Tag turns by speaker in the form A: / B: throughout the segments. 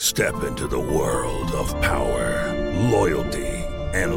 A: Step into the world of power, loyalty, and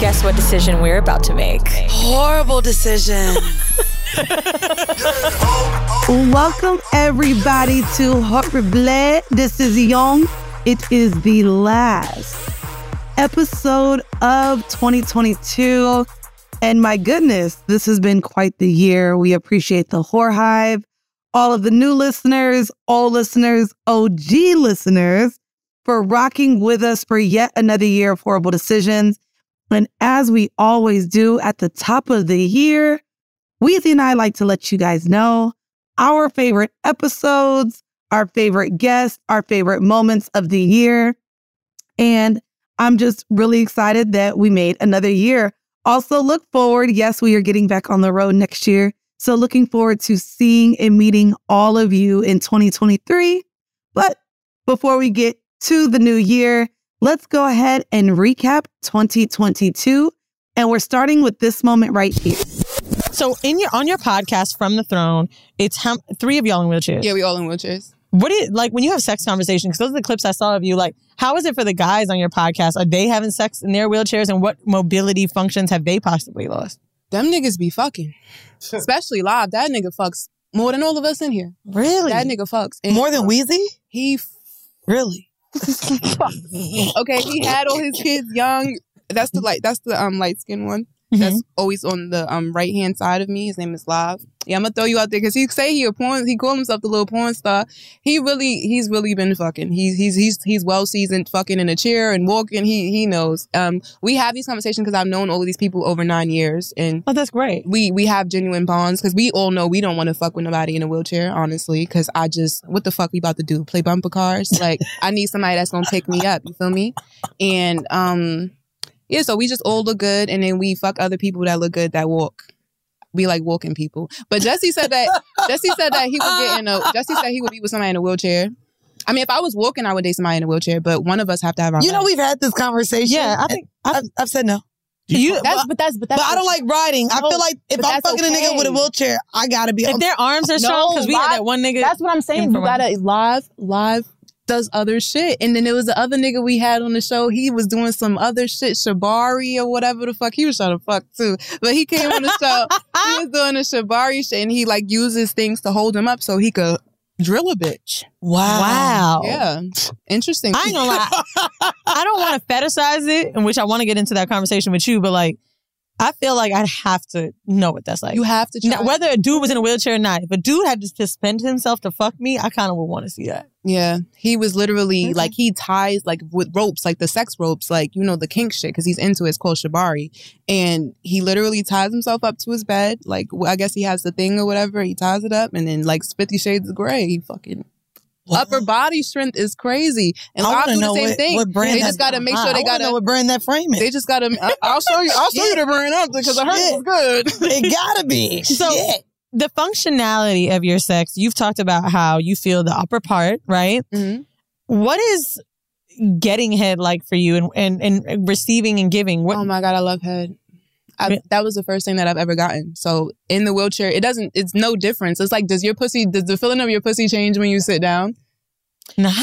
B: Guess what decision we're about to make?
C: Horrible decision.
D: Welcome, everybody, to Horrible. This is Young. It is the last episode of 2022. And my goodness, this has been quite the year. We appreciate the Whore Hive, all of the new listeners, all listeners, OG listeners for rocking with us for yet another year of horrible decisions. And as we always do at the top of the year, Weezy and I like to let you guys know our favorite episodes, our favorite guests, our favorite moments of the year. And I'm just really excited that we made another year. Also, look forward. Yes, we are getting back on the road next year. So, looking forward to seeing and meeting all of you in 2023. But before we get to the new year, let's go ahead and recap 2022. And we're starting with this moment right here.
E: So in your on your podcast from the throne, it's how, three of y'all in wheelchairs.
F: Yeah, we all in wheelchairs.
E: What do you like when you have sex conversations? Because those are the clips I saw of you. Like, how is it for the guys on your podcast? Are they having sex in their wheelchairs, and what mobility functions have they possibly lost?
F: Them niggas be fucking, especially live. That nigga fucks more than all of us in here.
E: Really?
F: That nigga fucks
E: and more than Wheezy.
F: He f-
E: really.
F: okay, he had all his kids young. That's the light. That's the um light skin one. Mm-hmm. That's always on the um right hand side of me. His name is Live. Yeah, I'm gonna throw you out there because he say he a porn. He called himself the little porn star. He really, he's really been fucking. He's he's he's he's well seasoned, fucking in a chair and walking. He he knows. Um, we have these conversations because I've known all of these people over nine years, and
E: oh, that's great.
F: We we have genuine bonds because we all know we don't want to fuck with nobody in a wheelchair, honestly. Because I just, what the fuck we about to do? Play bumper cars? Like I need somebody that's gonna pick me up. You feel me? And um. Yeah, so we just all look good, and then we fuck other people that look good that walk we like walking people. But Jesse said that Jesse said that he would get in a Jesse said he would be with somebody in a wheelchair. I mean, if I was walking, I would date somebody in a wheelchair, but one of us have to have our.
C: You know, life. we've had this conversation.
E: Yeah, I think
C: I've, I've, said no.
E: You-
F: that's, but that's but that's.
E: but I don't like riding. I
F: No,
E: feel like if
F: but
E: I'm
F: that's
E: fucking a
F: okay.
E: nigga with a wheelchair, I gotta be.
F: If their arms are strong, 'cause we had that
E: one nigga.
F: That's what I'm saying. You gotta live, live does other shit. And then there was the other nigga we had on the show. He was doing some other shit, Shabari or whatever the fuck. He was trying to fuck too. But he came on the show. he was doing the Shabari shit and he like uses things to hold him up so he could drill a bitch.
E: Wow.
F: Yeah. Interesting.
E: I ain't gonna lie. I don't want to fetishize it, in which I want to get into that conversation with you, but like, I feel like I'd have to know what that's like.
F: You have to
E: Now, whether a dude was in a wheelchair or not, if a dude had to suspend himself to fuck me, I kind of would want to see that.
F: Yeah, he was literally like he ties like with ropes, like the sex ropes, like you know the kink shit because he's into it, it's called shibari, and he literally ties himself up to his bed. Like w- I guess he has the thing or whatever. He ties it up, and then like Fifty Shades of Grey, he fucking. Upper body strength is crazy, and
E: I
F: I'll
E: wanna
F: do the
E: know
F: same
E: what-
F: thing.
E: what brand
F: they
E: that-
F: just got to make sure
E: I
F: they
E: wanna
F: got
E: know what brand that frame is.
F: They just got to. I'll show you. I'll show you the brand up because I heard it's good.
E: It gotta be. So the functionality of your sex, you've talked about how you feel the upper part, right?
F: Mm-hmm.
E: What is getting head like for you and, and, and receiving and giving? What,
F: Oh my god, I love head. I, that was the first thing that I've ever gotten. So in the wheelchair, it doesn't. It's no difference. It's like, does your pussy? Does the feeling of your pussy change when you sit down?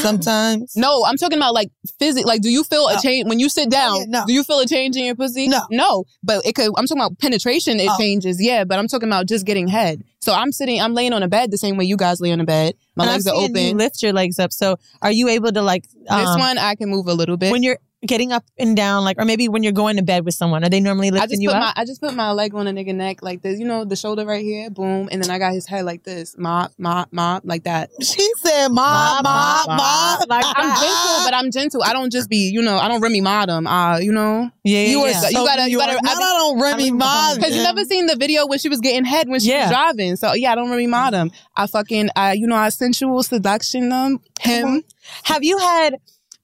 E: Sometimes.
F: No, I'm talking about like physic. Like, do you feel a
E: Oh.
F: change when you sit down?
E: no.
F: Do you feel a change in your pussy? No, no. But it could. I'm talking about penetration. It
E: Oh.
F: changes. Yeah, but I'm talking about just getting head. So I'm sitting. I'm laying on a bed the same way you guys lay on a bed. My
E: And I'm
F: legs are
E: seeing
F: open.
E: You lift your legs up. So are you able to like um,
F: this one I can move a little bit
E: when you're getting up and down, like or maybe when you're going to bed with someone, are they normally
F: I
E: lifting
F: just
E: you
F: put
E: up?
F: my I just put my leg on a nigga neck like this, you know, the shoulder right here, boom, and then I got his head like this, mop, mop, mop, like that.
E: She said, "Mop, mop, mop."
F: Like I'm gentle, but I'm gentle. I don't just be, you know, I don't Remy Ma them. Uh, you know,
E: Yeah, yeah,
F: you
E: yeah.
F: you
E: So
F: gotta,
E: New
F: you gotta.
E: York. No, no, I don't Remy Ma
F: because you
E: them.
F: never seen the video when she was getting head when she
E: Um, Yeah.
F: was driving. So yeah, I don't Remy Ma them. I fucking, I, you know, I sensual seduction them him.
E: Mm-hmm. Have you had?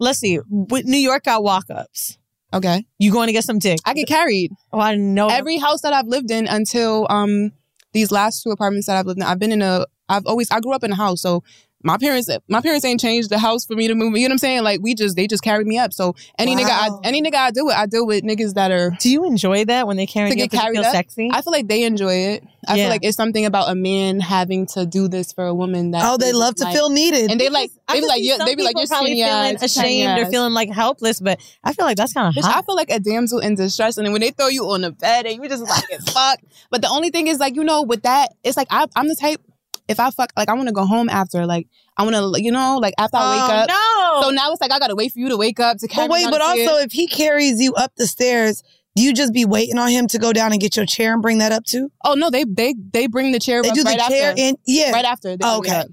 E: Let's see. With New York got walk ups.
F: Okay.
E: You going to get some dick?
F: I get carried.
E: Oh, I didn't know.
F: Every house that I've lived in until um these last two apartments that I've lived in, I've been in a I've always I grew up in a house, so my parents my parents ain't changed the house for me to move. You know what I'm saying? Like we just they just carried me up. So any nigga I any nigga I deal with, I deal with niggas that are
E: Do you enjoy that when they carry
F: to
E: you
F: get
E: up? Does it
F: carried
E: feel
F: up.
E: sexy?
F: I feel like they enjoy it. I
E: Yeah.
F: feel like it's something about a man having to do this for a woman that
E: Oh, they
F: is,
E: love to
F: like-
E: feel needed.
F: and they like
E: I
F: they be
E: could
F: like
E: see
F: yeah,
E: some
F: they be like
E: people
F: you're
E: probably
F: skinny
E: feeling
F: ass, tiny
E: ashamed or
F: ass."
E: feeling like helpless, but I feel like that's kind of
F: Bitch, I
E: hot.
F: feel like a damsel in distress, and then when they throw you on the bed and you just like as fuck. But the only thing is, like you know, with that, it's like I, I'm the type. If I fuck, like I want to go home after, like I want to, you know, like after I wake
E: Oh,
F: up.
E: no.
F: So now it's like I gotta wait for you to wake up to carry.
D: But wait,
F: me
D: but
F: down the
D: also
F: stairs.
D: if he carries you up the stairs, do you just be waiting on him to go down and get your chair and bring that up too?
F: oh no, they they they bring the chair.
D: They
F: up
D: do the
F: right
D: chair
F: after.
D: in- yeah.
F: right after. They
D: Oh,
F: bring it
D: okay.
F: up.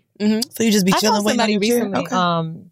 F: Mhm.
D: So you just be
F: I
D: chilling
F: found
D: waiting on
F: somebody
D: your chair.
F: recently,
E: um,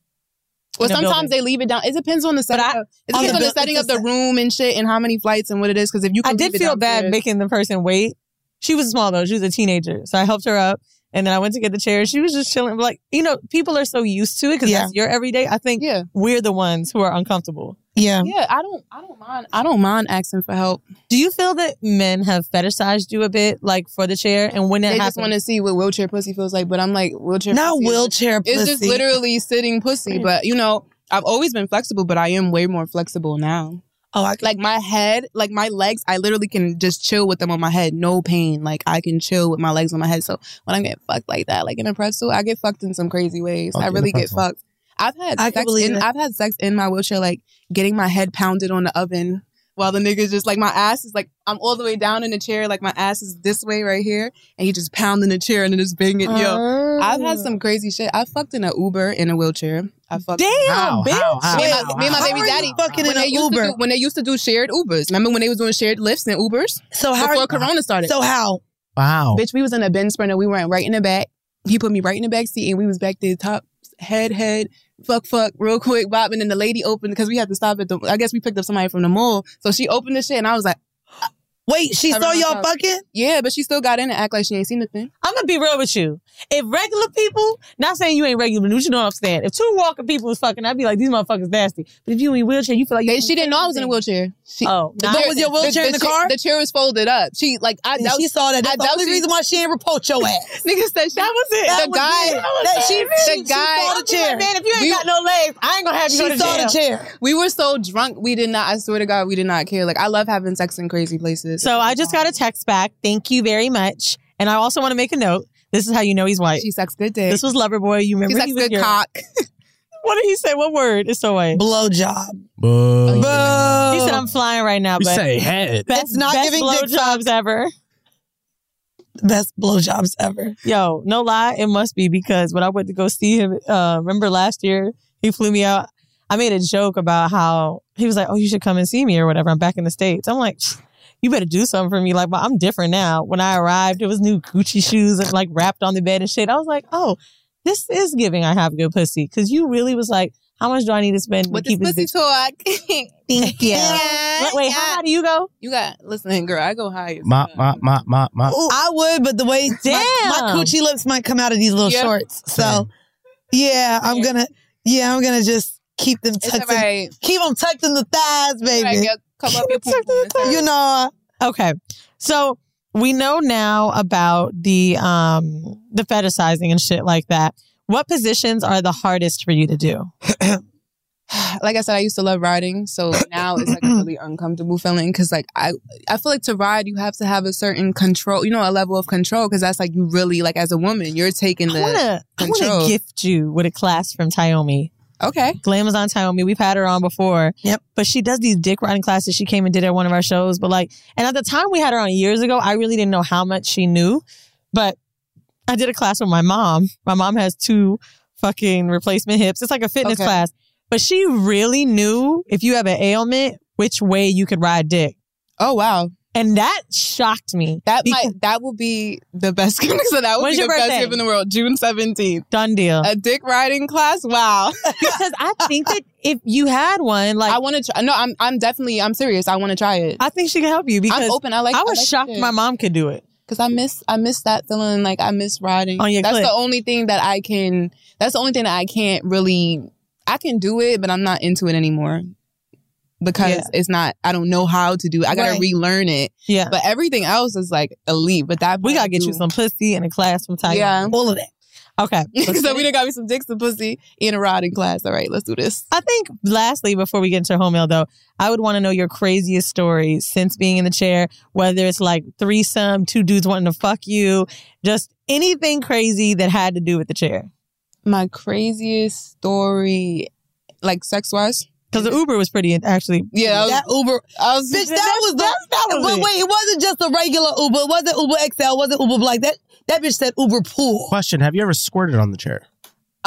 F: Well,
E: in a
F: sometimes
E: building.
F: they leave it down. It depends on the setup. it
E: on the
F: depends on the
E: buil-
F: setting
E: it's
F: of the room and shit, and how many flights and what it is. Because if you,
E: I
F: can
E: did
F: leave it
E: feel bad
F: downstairs-
E: making the person wait. She was small though; she was a teenager, so I helped her up, and then I went to get the chair. She was just chilling, like you know, people are so used to it because
F: Yeah.
E: that's your everyday. I think we're the ones who are uncomfortable.
D: Yeah,
F: yeah. I don't, I don't mind. I don't mind asking for help.
E: Do you feel that men have fetishized you a bit, like for the chair, and when it
F: they
E: happens?
F: just want to see what wheelchair pussy feels like. But I'm like wheelchair.
D: Not
F: pussy is
D: wheelchair
F: just, It's just
D: pussy.
F: literally sitting pussy. But you know, I've always been flexible, but I am way more flexible now.
D: Oh, I
F: like my head, like my legs. I literally can just chill with them on my head, no pain. Like I can chill with my legs on my head. So when I'm getting fucked like that, like in a pretzel, I get fucked Oh, in some crazy ways.
D: Okay,
F: I
D: the
F: really get
D: pretzel.
F: fucked. I've had
D: I can
F: sex
D: believe
F: in,
D: it.
F: I've had sex in my wheelchair, like getting my head pounded on the oven while the nigga's just like my ass is like I'm all the way down in the chair, like my ass is this way right here, and he just pounding the chair and then just banging.
E: Oh.
F: Yo, I've had some crazy shit. I fucked in an Uber in a wheelchair. I fucked.
E: Damn, How, bitch. how, how,
F: me, and
E: how,
F: my, me and my
E: how? How are
F: baby
E: you
F: daddy
E: fucking
F: when
E: in
F: they
E: an
F: used to
E: Uber?
F: do- when they used to do shared Ubers. Remember when they was doing shared lifts and Ubers?
D: So how
F: before Corona started.
D: So how?
G: Wow.
F: Bitch, we was in a Ben Sprinter. We went right in the back. He put me right in the back seat, and we was back there, top head, head, fuck, fuck, real quick, bopping. And the lady opened because we had to stop at the. I guess we picked up somebody from the mall, so she opened the shit, and I was like,
D: "Wait, she saw y'all fucking?"
F: Yeah, but she still got in and act like she ain't seen nothing.
E: I'm I'm gonna be real with you. If regular people, not saying you ain't regular, but you know what I'm saying. If two walking people was fucking, I'd be like, these motherfuckers nasty. But if you in a wheelchair, you feel like you
F: she didn't know I was in a wheelchair. She,
E: oh,
F: the chair- the chair- The chair was folded up. She like I
D: And she saw that. That's the only reason why she ain't report your ass.
F: Nigga said she,
E: That was it.
F: The
E: That was
F: guy,
E: it. That was
F: that she,
E: it, man.
F: the
E: She- she
F: guy.
E: saw the chair. Man, if you ain't got no legs, I ain't gonna have you go to jail.
F: We were so drunk, we did not. I swear to God, we did not care. Like I love having sex in crazy places.
E: So I just got a text back. Thank you very much. And I also want to make a note. This is how you know he's white. She
F: sucks good dick.
E: This was Loverboy. You remember
F: He sucks
E: was
F: good
E: your-
F: cock.
E: What did he say? What word? It's so white.
D: Blowjob.
E: Oh, He said I'm flying right now.
D: You
E: But
D: say head.
E: Best,
D: It's not
E: best
D: giving dick
E: blowjobs ever.
D: Best blowjobs ever.
E: Yo, no lie, it must be because when I went to go see him, uh, remember last year he flew me out. I made a joke about how he was like, "Oh, you should come and see me or whatever." I'm back in the states. I'm like, "You better do something for me." Like, well, I'm different now. When I arrived, it was new Gucci shoes and like wrapped on the bed and shit. I was like, "Oh, this is giving. I have good pussy." Because you really was like, "How much do I need to spend
F: With
E: to keep
F: this
E: this?"
F: pussy talk.
E: Thank you. Wait, wait, how high do you go?
F: You got listen, girl. I go higher.
G: My, my, my, my, my.
D: I would, but the way
E: Damn.
D: My, my coochie lips might come out of these little
F: Yeah.
D: shorts. So yeah, I'm gonna yeah, I'm gonna just keep them
F: It's
D: tucked
F: all
D: in, keep them tucked in the thighs,
F: right,
D: baby.
F: girl. Come up your
D: you know,
E: uh, Okay. So we know now about the um the fetishizing and shit like that. What positions are the hardest for you to do?
F: like I said, I used to love riding, so now it's like a really uncomfortable feeling because like I I feel like to ride you have to have a certain control, you know, a level of control because that's like you really like as a woman you're taking the
E: I wanna I wanna
F: control.
E: gift you with a class from Taomi.
F: Okay.
E: Glamazon Taomi. We've had her on before.
D: Yep.
E: But she does these dick riding classes. She came and did it at one of our shows. But like and at the time we had her on years ago, I really didn't know how much she knew. But I did a class with my mom. My mom has two fucking replacement hips. It's like a fitness
F: Okay.
E: class. But she really knew if you have an ailment, which way you could ride dick.
F: Oh wow.
E: And that shocked me.
F: That might that will be the best gift. So that would
E: When's
F: be the
E: your birthday?
F: best gift in the world. June seventeenth.
E: Done deal.
F: A dick riding class. Wow.
E: because I think that if you had one, like
F: I want to try. No, I'm I'm definitely I'm serious. I want to try it
E: I think she can help you because
F: open. I like-
E: I
F: I
E: was
F: like
E: shocked
F: shit.
E: my mom could do it.
F: because I miss I miss that feeling. Like I miss riding.
E: On your
F: that's
E: clit.
F: the only thing that I can. That's the only thing that I can't really. I can do it, but I'm not into it anymore because
E: Yeah.
F: it's not. I don't know how to do. it. I gotta
E: Right.
F: relearn it.
E: Yeah.
F: But everything else is like elite. But that
E: We
F: part
E: gotta
F: I
E: get
F: do.
E: you some pussy and a class from Taomi.
F: Yeah.
D: all of that.
E: Okay.
F: so we done got me some dicks and pussy in a riding class. All right, let's do this.
E: I think lastly, before we get into home mail though, I would want to know your craziest story since being in the chair, whether it's like threesome, two dudes wanting to fuck you, just anything crazy that had to do with the chair.
F: My craziest story, like sex wise.
E: Because the Uber was pretty actually.
F: Yeah,
D: That Uber,
F: I was, I
D: bitch,
F: was
D: that, was the.
E: that was
D: but
E: it.
D: wait, it wasn't just a regular Uber. It wasn't Uber XL. It wasn't Uber Black. That that bitch said Uber Pool.
G: Question: Have you ever squirted on the chair?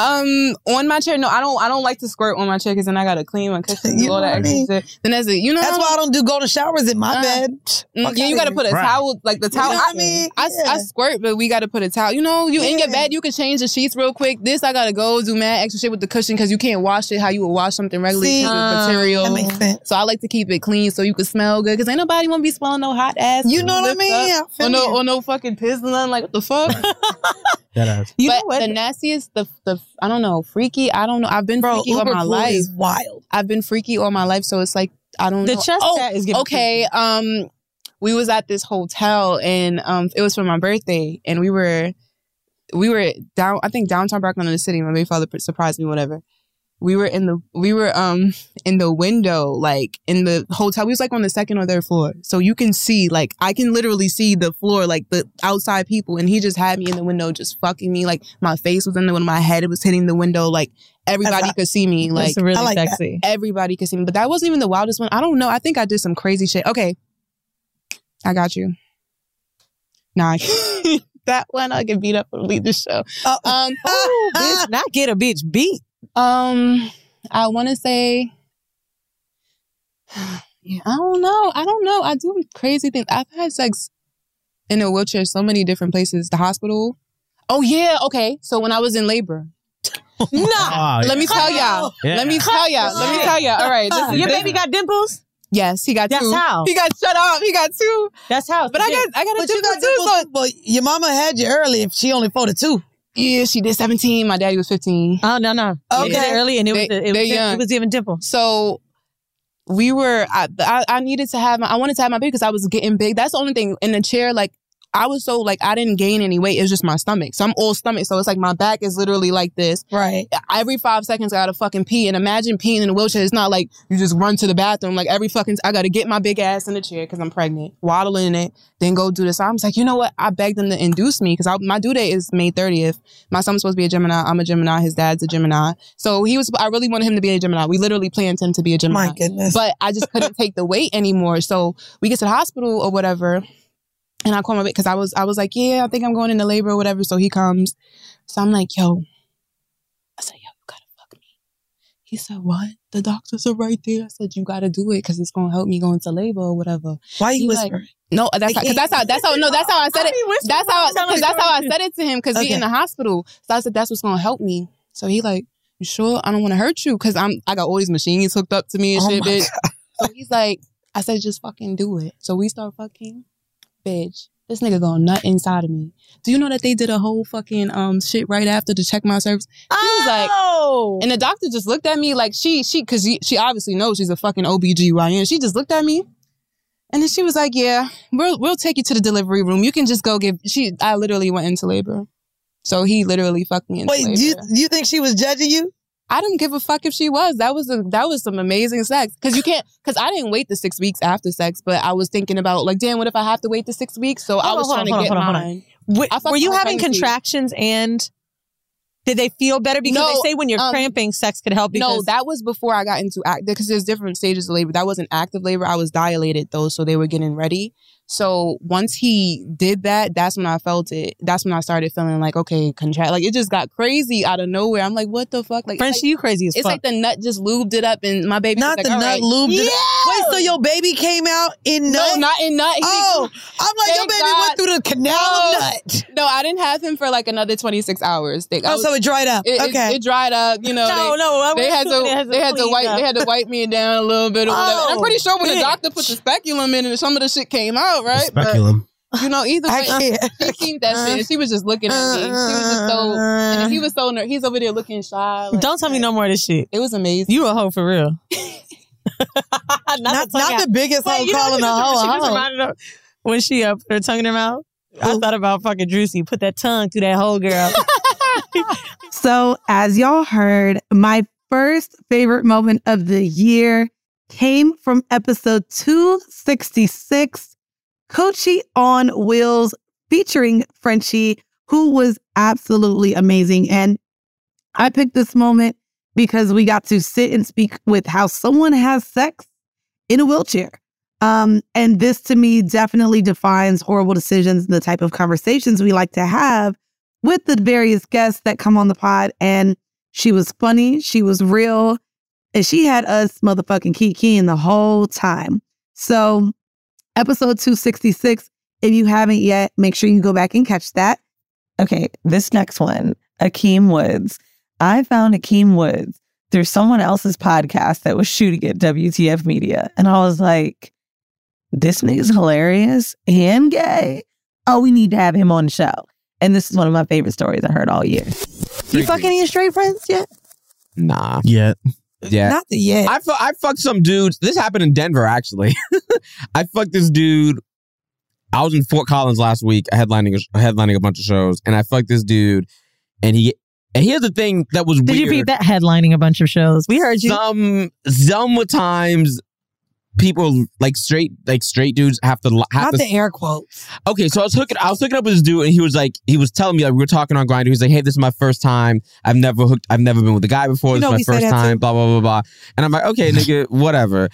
F: Um, on my chair. No, I don't. I don't like to squirt on my chair because then I gotta clean my cushions,
D: You
F: do all
D: know what
F: that
D: I
F: extra
D: mean?
F: shit. Then that's it. You know,
D: That's why I don't do golden showers in my
F: Uh,
D: bed.
F: Mm, yeah, you gotta put a
G: Right.
F: towel, like the towel.
D: know what I
F: I
D: mean?
F: I, I squirt, but we gotta put a towel. You know, you in your
D: Yeah.
F: bed, you can change the sheets real quick. This I gotta go do mad extra shit with the cushion because you can't wash it how you would wash something regularly.
D: See?
F: because of
D: Um,
F: material.
D: that makes sense.
F: So I like to keep it clean so you can smell good because ain't nobody wanna be smelling no hot ass.
D: You know what I
F: lift
D: mean?
F: up,
D: Yeah, I feel
F: Or no,
D: you.
F: or no fucking piss and nothing. Like what the fuck?
G: That ass.
E: You
F: but
E: know what?
F: the nastiest, the the I don't know, freaky. I don't know. I've been freaky all
D: Uber
F: my
D: Pool
F: life.
D: is wild.
F: I've been freaky all my life, so it's like I don't
E: The
F: know.
E: chest
F: oh,
E: tat is giving
F: okay. Um, we was at this hotel and um, it was for my birthday, and we were we were down. I think downtown Brooklyn in the city. My baby father pr- surprised me. Whatever. We were in the we were um in the window like in the hotel. We was like on the second or third floor, so you can see like I can literally see the floor like the outside people. And he just had me in the window, just fucking me. Like my face was in the window, my head was hitting the window. Like everybody
D: hot.
F: could see me. Like
E: That's really
D: I like that.
E: sexy.
F: everybody could see me. But that wasn't even the wildest one. I don't know. I think I did some crazy shit. Okay. I got you. Nah. I- that one I get beat up and leave the show.
D: Uh,
F: Um,
E: Ooh, bitch, not get a bitch beat.
F: um I wanna say yeah, I don't know. I don't know. I do crazy things. I've had sex in a wheelchair so many different places. The hospital. Oh yeah, okay. So when I was in labor.
E: Nah.
G: Ah,
F: Let me tell
G: Oh,
F: y'all.
G: Yeah.
F: Let me tell y'all. Let me tell y'all. All right. This is
E: Your baby got dimples?
F: Yes, he got
E: That's
F: two.
E: how.
F: He got shut off. He got two.
E: That's how.
F: But I got I got a
D: But you
F: different
D: got
F: two.
D: two, so, but your mama had you early if she only folded two.
F: Yeah, she did 17. My daddy was 15.
E: Oh no no.
F: Okay.
E: You did it early and it was
F: They-
E: it,
F: they're
E: was
F: young.
E: it was even dimple.
F: So we were I, I, I needed to have my I wanted to have my baby because I was getting big. That's the only thing in the chair like I was so like I didn't gain any weight. It was just my stomach. So I'm all stomach. So it's like my back is literally like this.
D: Right.
F: Every five seconds I gotta fucking pee. And imagine peeing in a wheelchair. It's not like you just run to the bathroom. Like every fucking I gotta get my big ass in the chair because I'm pregnant, waddling in it, then go do this. I was like, you know what? I begged them to induce me because my due date is May 30th. My son's supposed to be a Gemini. I'm a Gemini. His dad's a Gemini. So he was. I really wanted him to be a Gemini. We literally planned him to be a Gemini.
D: My goodness.
F: But I just couldn't take the weight anymore. So we get to the hospital or whatever. And I call my because I was I was like, yeah, I think I'm going into labor or whatever. So he comes. So I'm like, yo. I said, yo, you gotta fuck me. He said, what? The doctors are right there. I said, you gotta do it because it's gonna help me go into labor or whatever.
D: Why you
F: He like,
D: whispering?
F: no, that's because that's how that's how no that's how I said it. That's how because that's how I said it to him because we
D: Okay.
F: in the hospital. So I said that's what's gonna help me. So he like, you sure? I don't want to hurt you because I'm I got all these machines hooked up to me and
D: Oh
F: shit,
D: my
F: bitch. So he's like, I said just fucking do it. So we start fucking, bitch. This nigga going nut inside of me. Do you know that they did a whole fucking um shit right after to check my cervix? She was like,
E: Oh.
F: and the doctor just looked at me like she she cause she, she obviously knows she's a fucking OBGYN. She just looked at me. And then she was like, "Yeah, we'll we'll take you to the delivery room. You can just go give." She, I literally went into labor, so he literally fucked me into
D: Wait,
F: labor.
D: do you, do you think she was judging you?
F: I don't give a fuck if she was. That was a, that was some amazing sex because you can't because I didn't wait the six weeks after sex, but I was thinking about like, damn, what if I have to wait the six weeks? So I
E: Hold on,
F: was
E: hold on,
F: trying to
E: hold on, hold
F: get
E: on, hold on.
F: mine.
E: Wait,
F: I fucked
E: were you
F: my
E: having
F: pregnancy.
E: contractions and did they feel better? Because
F: No,
E: they say when you're
F: um,
E: cramping, sex could help. Because
F: No, that was before I got into act because there's different stages of labor. That wasn't active labor. I was dilated though, so they were getting ready. So once he did that, that's when I felt it. That's when I started feeling like, okay, contract. Like it just got crazy out of nowhere. I'm like, what the fuck? Like it's
E: French,
F: like-
E: you crazy as
F: it's
E: fuck.
F: like the nut just lubed it up, and my baby.
D: Not
F: was like,
D: the
F: "All
D: nut
F: right."
D: lubed it up.
F: Yeah!
D: Wait, so your baby came out in
F: no,
D: nut?
F: not in nut. He didn't
D: oh, I'm like, your
F: Thank
D: baby
F: God.
D: went through the canal of
F: No.
D: nut.
F: No, I didn't have him for like another 26 hours. They, I
D: Oh,
F: was-
D: so it dried up.
F: it, it-
D: okay.
F: it dried up. You know,
E: no,
F: they,
E: no, I
F: they
E: went
F: had
E: through it, it
F: to
E: has a
F: they had to
E: clean
F: wipe
E: up.
F: they had to wipe me down a little bit or whatever.
D: Oh,
F: And I'm pretty sure when the
D: bitch.
F: doctor put the speculum in and some of the shit came out, right?
G: Speculum.
F: But you know, either
D: I
F: way,
D: can't.
F: she seen that shit. and She was just looking at me. She was just so and then he was so ner- he's over there looking shy. like-
E: Don't tell me no more of this shit.
F: It was amazing.
E: You a hoe for real. not
D: Not,
E: tongue
D: not
E: out.
D: the biggest
E: Wait,
D: hoe
E: you know
D: calling
E: what
D: a
E: she
D: hoe
E: just
D: a hoe.
E: reminded of? When she uh, put her tongue in her mouth, I thought about fucking Drusy. Put that tongue through that whole girl.
H: So, as y'all heard, my first favorite moment of the year came from episode 266, Coochie on Wheels, featuring Frenchie, who was absolutely amazing. And I picked this moment because we got to sit and speak with how someone has sex in a wheelchair. Um, and this to me definitely defines horrible decisions and the type of conversations we like to have with the various guests that come on the pod. And she was funny, she was real, and she had us motherfucking kikiing the whole time. So, episode 266, if you haven't yet, make sure you go back and catch that.
I: Okay, this next one, Akeem Woods. I found Akeem Woods through someone else's podcast that was shooting at WTF Media. And I was like, this nigga's hilarious and gay. Oh, we need to have him on the show. And this is one of my favorite stories I heard all year.
D: You fucking any straight friends yet?
J: Nah.
G: Yet.
J: Yeah.
D: Not the yet.
J: I, fu- I fucked some dudes. This happened in Denver, actually. I fucked this dude. I was in Fort Collins last week, headlining a, sh- headlining a bunch of shows, and I fucked this dude. And he and here's the thing that was
E: Did
J: weird.
E: you beat that headlining a bunch of shows? We heard you.
J: Some sometimes people like straight like straight dudes have to li- have
D: Not
J: to
D: the air quotes.
J: Okay, so I was hooking, I was hooking up with this dude, and he was like, he was telling me like we were talking on Grinder. He was like, "Hey, this is my first time. I've never hooked. I've never been with a guy before.
D: You
J: This
D: know we
J: is
D: say
J: my first
D: that
J: time."
D: too.
J: Blah blah blah blah. And I'm like, "Okay, nigga, whatever."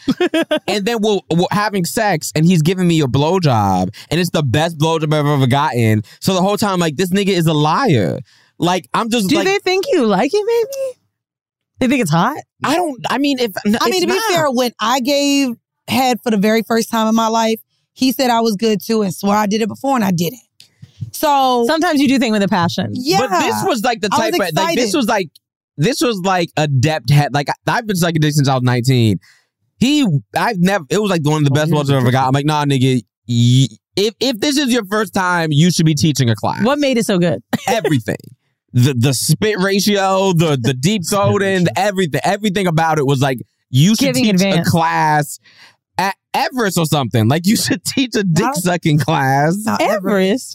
J: and then we're, we're having sex, and he's giving me a blowjob, and it's the best blowjob I've ever gotten. So the whole time, like, this nigga is a liar. Like, I'm just
E: Do
J: like,
E: they think you like it? Maybe they think it's hot.
J: I don't. I mean, if
D: I mean, to be fair, when I gave head for the very first time in my life, he said I was good too and swore I did it before and I didn't. So,
E: Sometimes you do things with a passion.
D: yeah.
J: But this was like the
D: I
J: type
D: was
J: of like this
D: excited.
J: was like this was like adept head. Like I- I've been psychedelic since I was nineteen. He, I've never. It was like one of the
E: Oh,
J: best ones I've ever got. I'm like, nah, nigga. y- If if this is your first time, you should be teaching a class.
E: What made it so good?
J: Everything. The the spit ratio, the the deep coding, the everything, everything about it was like you should
E: Giving
J: teach
E: advance.
J: a class at Everest or something. Like you should teach a dick sucking class.
E: Everest.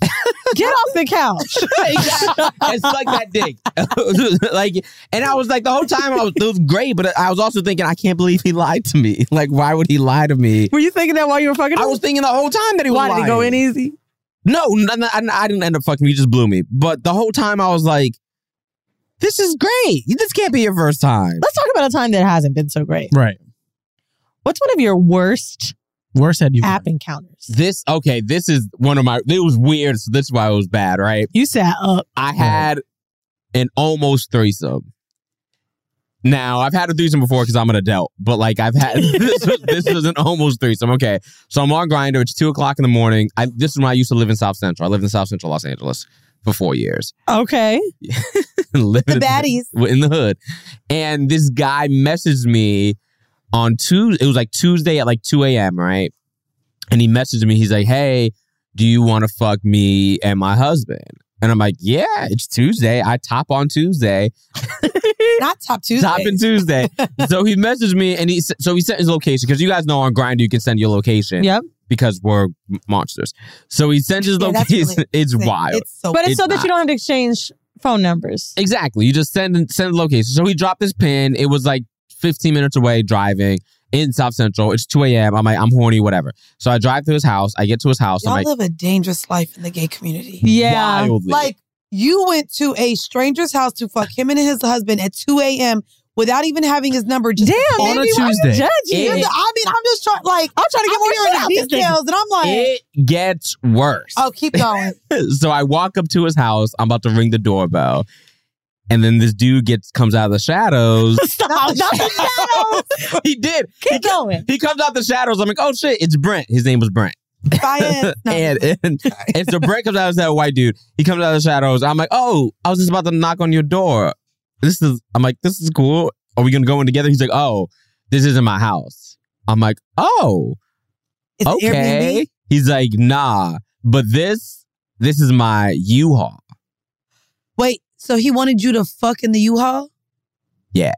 E: Get off the couch.
J: it's like that dick. like, and I was like the whole time I was, it was great, but I was also thinking I can't believe he lied to me. Like, why would he lie to me?
E: Were you thinking that while you were fucking?
J: I was thinking the whole time that he was
E: Why did it go
J: lying.
E: in easy?
J: No, no, no, I, I didn't end up fucking. him. He just blew me. But the whole time I was like, this is great. This can't be your first time.
E: Let's talk about a time that hasn't been so great.
G: Right.
E: What's one of your worst
G: Worst had you
E: app encounters?
J: This okay. This is one of my. It was weird. So this is why it was bad, right?
E: You sat up.
J: I had an almost threesome. Now I've had a threesome before because I'm an adult, but like I've had this was this was an almost threesome. Okay, so I'm on Grinder. It's two o'clock in the morning. I, this is when I used to live in South Central. I lived in South Central Los Angeles for four years.
E: Okay.
J: living
E: The baddies.
J: in, in the hood, and this guy messaged me on Tuesday. It was like Tuesday at like two a.m. Right, and he messaged me. He's like, "Hey, do you want to fuck me and my husband?" And I'm like, "Yeah, it's Tuesday. I top on Tuesday."
D: Not top Tuesday.
J: Topping Tuesday. so he messaged me and he s- so he sent his location because you guys know on Grind you can send your location.
E: Yep.
J: Because we're m- monsters. So he sent his
E: Yeah, that's
J: location.
E: really
J: it's
E: insane.
J: wild.
E: but it's so that
J: not.
E: you don't have to exchange phone numbers.
J: Exactly. You just send send location. So he dropped his pin. It was like 15 minutes away driving in South Central. It's 2 a.m. I'm like, I'm horny, whatever. So I drive to his house. I get to his house.
D: Y'all
J: I'm like,
D: live a dangerous life in the gay community.
J: Yeah. Wildly.
D: Like you went to a stranger's house to fuck him and his husband at 2 a.m. without even having his number. Just
E: Damn,
J: On baby, a why you Tuesday. judging?
D: I mean, I'm just trying, like, I'm trying to get
E: shit out
D: more
E: this
D: hearing details, and I'm like,
J: it gets worse.
D: oh, keep going.
J: so I walk up to his house. I'm about to ring the doorbell. And then this dude gets comes out of the shadows.
E: Stop. Not the shadows.
J: he did.
E: Keep going.
J: He comes out the shadows. I'm like, oh shit, it's Brent. His name was Brent.
D: Fire.
J: and, and, and so Brent comes out as that white dude. He comes out of the shadows. I'm like, oh, I was just about to knock on your door. This is, I'm like, this is cool. Are we going to go in together? He's like, oh, this isn't my house. I'm like, oh,
D: It's
J: okay.
D: Airbnb?
J: He's like, nah, but this, this is my U-Haul.
D: Wait, so he wanted you to fuck in the U-Haul?
J: Yeah.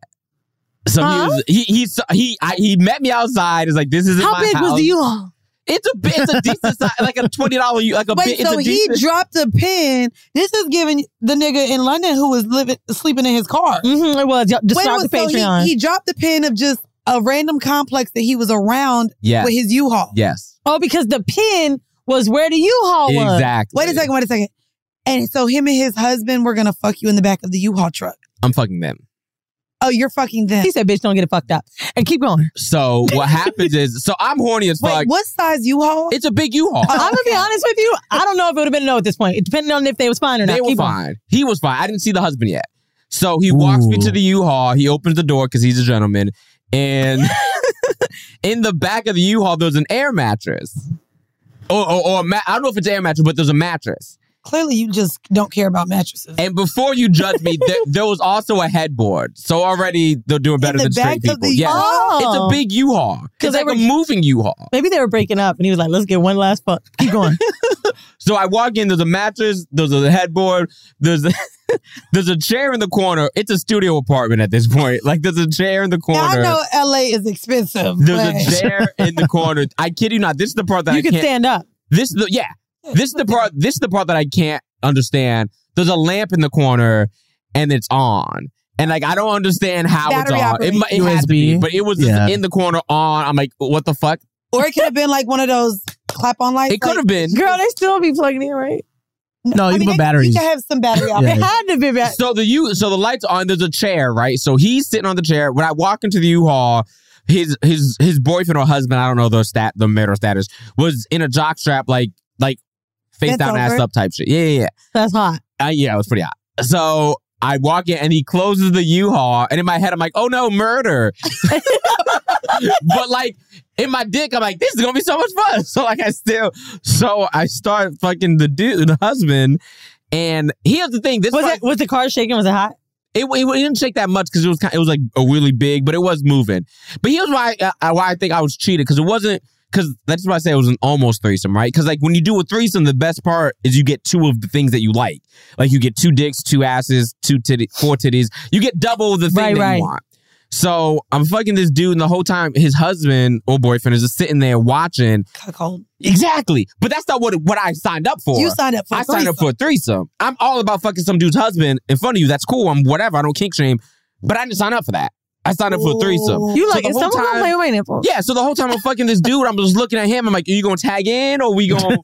J: So he was, he he saw- he I, he met me outside. It's like this isn't
D: How
J: my
D: big was
J: house.
D: the U-Haul?
J: It's a bi- it's a decent size, like a twenty dollar like a
D: Wait,
J: bit.
D: so
J: it's a
D: he
J: decent,
D: dropped a pin. This is giving the nigga in London who was living sleeping in his car.
E: Mm-hmm, it was. Y'all- Describe
D: Wait,
E: the
D: wait, so he-
E: Patreon.
D: he, dropped the pin of just a random complex that he was around
J: Yes.
D: with his U-Haul.
J: yes
E: oh, because the pin was where the U-Haul was.
J: exactly.
D: Wait a second, wait a second. And so him and his husband were gonna fuck you in the back of the U-Haul truck.
J: I'm fucking them.
D: Oh, you're fucking them.
E: He said, bitch, don't get it fucked up. And keep going.
J: So what happens is so I'm horny as
D: Wait,
J: fuck.
D: what size U-Haul?
J: It's a big U-Haul.
E: I'm going to be honest with you. I don't know if it would have been a no at this point, depending on if they was fine or not.
J: They were
E: keep going.
J: fine. He was fine. I didn't see the husband yet. So he walks me to the U-Haul. He opens the door because he's a gentleman. And in the back of the U-Haul, there's an air mattress. Or, or, or a ma- I don't know if it's an air mattress, but there's a mattress.
D: Clearly, you just don't care about mattresses.
J: And before you judge me, there, there was also a headboard. So already they're doing better
D: the
J: than straight
D: back of
J: people.
D: the Oh.
J: yeah.
E: U-Haul?
J: It's a big U-Haul. It's
E: they
J: like
E: were-
J: a moving U-Haul.
E: Maybe they were breaking up and he was like, let's get one last fuck. Keep going.
J: So I walk in. There's a mattress. There's a headboard. There's a, there's a chair in the corner. It's a studio apartment at this point. Like there's a chair in the corner.
D: Now, I know LA is expensive. but-
J: There's a chair in the corner. I kid you not. This is the part that
E: you
J: I
E: can
J: can't.
E: stand up.
J: This is the yeah. This is the part. This is the part that I can't understand. There's a lamp in the corner, and it's on. And like I don't understand how
D: Battery
J: it's on. It, mi- it had to be,
G: USB.
J: but it was
G: Yeah.
J: in the corner on. I'm like, what the fuck?
D: Or it could have been like one of those clap on lights.
J: It could have been.
E: Girl, they still be plugging in, right?
G: No, you can put batteries.
D: You could have some battery
G: Yeah.
D: options.
E: It had to be back.
J: So the U, so the lights on. There's a chair, right? So he's sitting on the chair. When I walk into the U-Haul, his his his boyfriend or husband, I don't know the stat, the marital status, was in a jockstrap, like like face
E: Bent
J: down, ass
E: over.
J: up type shit. Yeah, yeah,
E: That's hot.
J: yeah. Uh, yeah, it was pretty hot. So I walk in and he closes the U-Haul, and in my head I'm like, oh no, murder. but like in my dick, I'm like, this is gonna be so much fun. So like I still, so I start fucking the dude, the husband. And here's the thing. This
E: Was
J: part-
E: it was the car shaking? Was it hot?
J: It, it, it didn't shake that much because it was kind, it was like a really big, but it was moving. But here's why I, I- why I think I was cheated because it wasn't because that's why I say it was an almost threesome, right? Because like when you do a threesome, the best part is you get two of the things that you like. Like you get two dicks, two asses, two titty, four titties. You get double the thing
E: Right,
J: that
E: right.
J: you want. So I'm fucking this dude, and the whole time his husband or boyfriend is just sitting there watching.
D: Cuckold.
J: Exactly, but that's not what what I signed up for.
D: You signed up for a
J: I signed up
D: threesome.
J: for a threesome. I'm all about fucking some dude's husband in front of you. That's cool. I'm whatever. I don't kink shame, but I didn't sign up for that. I signed up for a threesome.
E: You
J: So
E: like
J: the
E: if
J: whole
E: someone gonna
J: time-
E: play with my nipples?
J: yeah, so the whole time I'm fucking this dude, I'm just looking at him. I'm like, are you gonna tag in or we gonna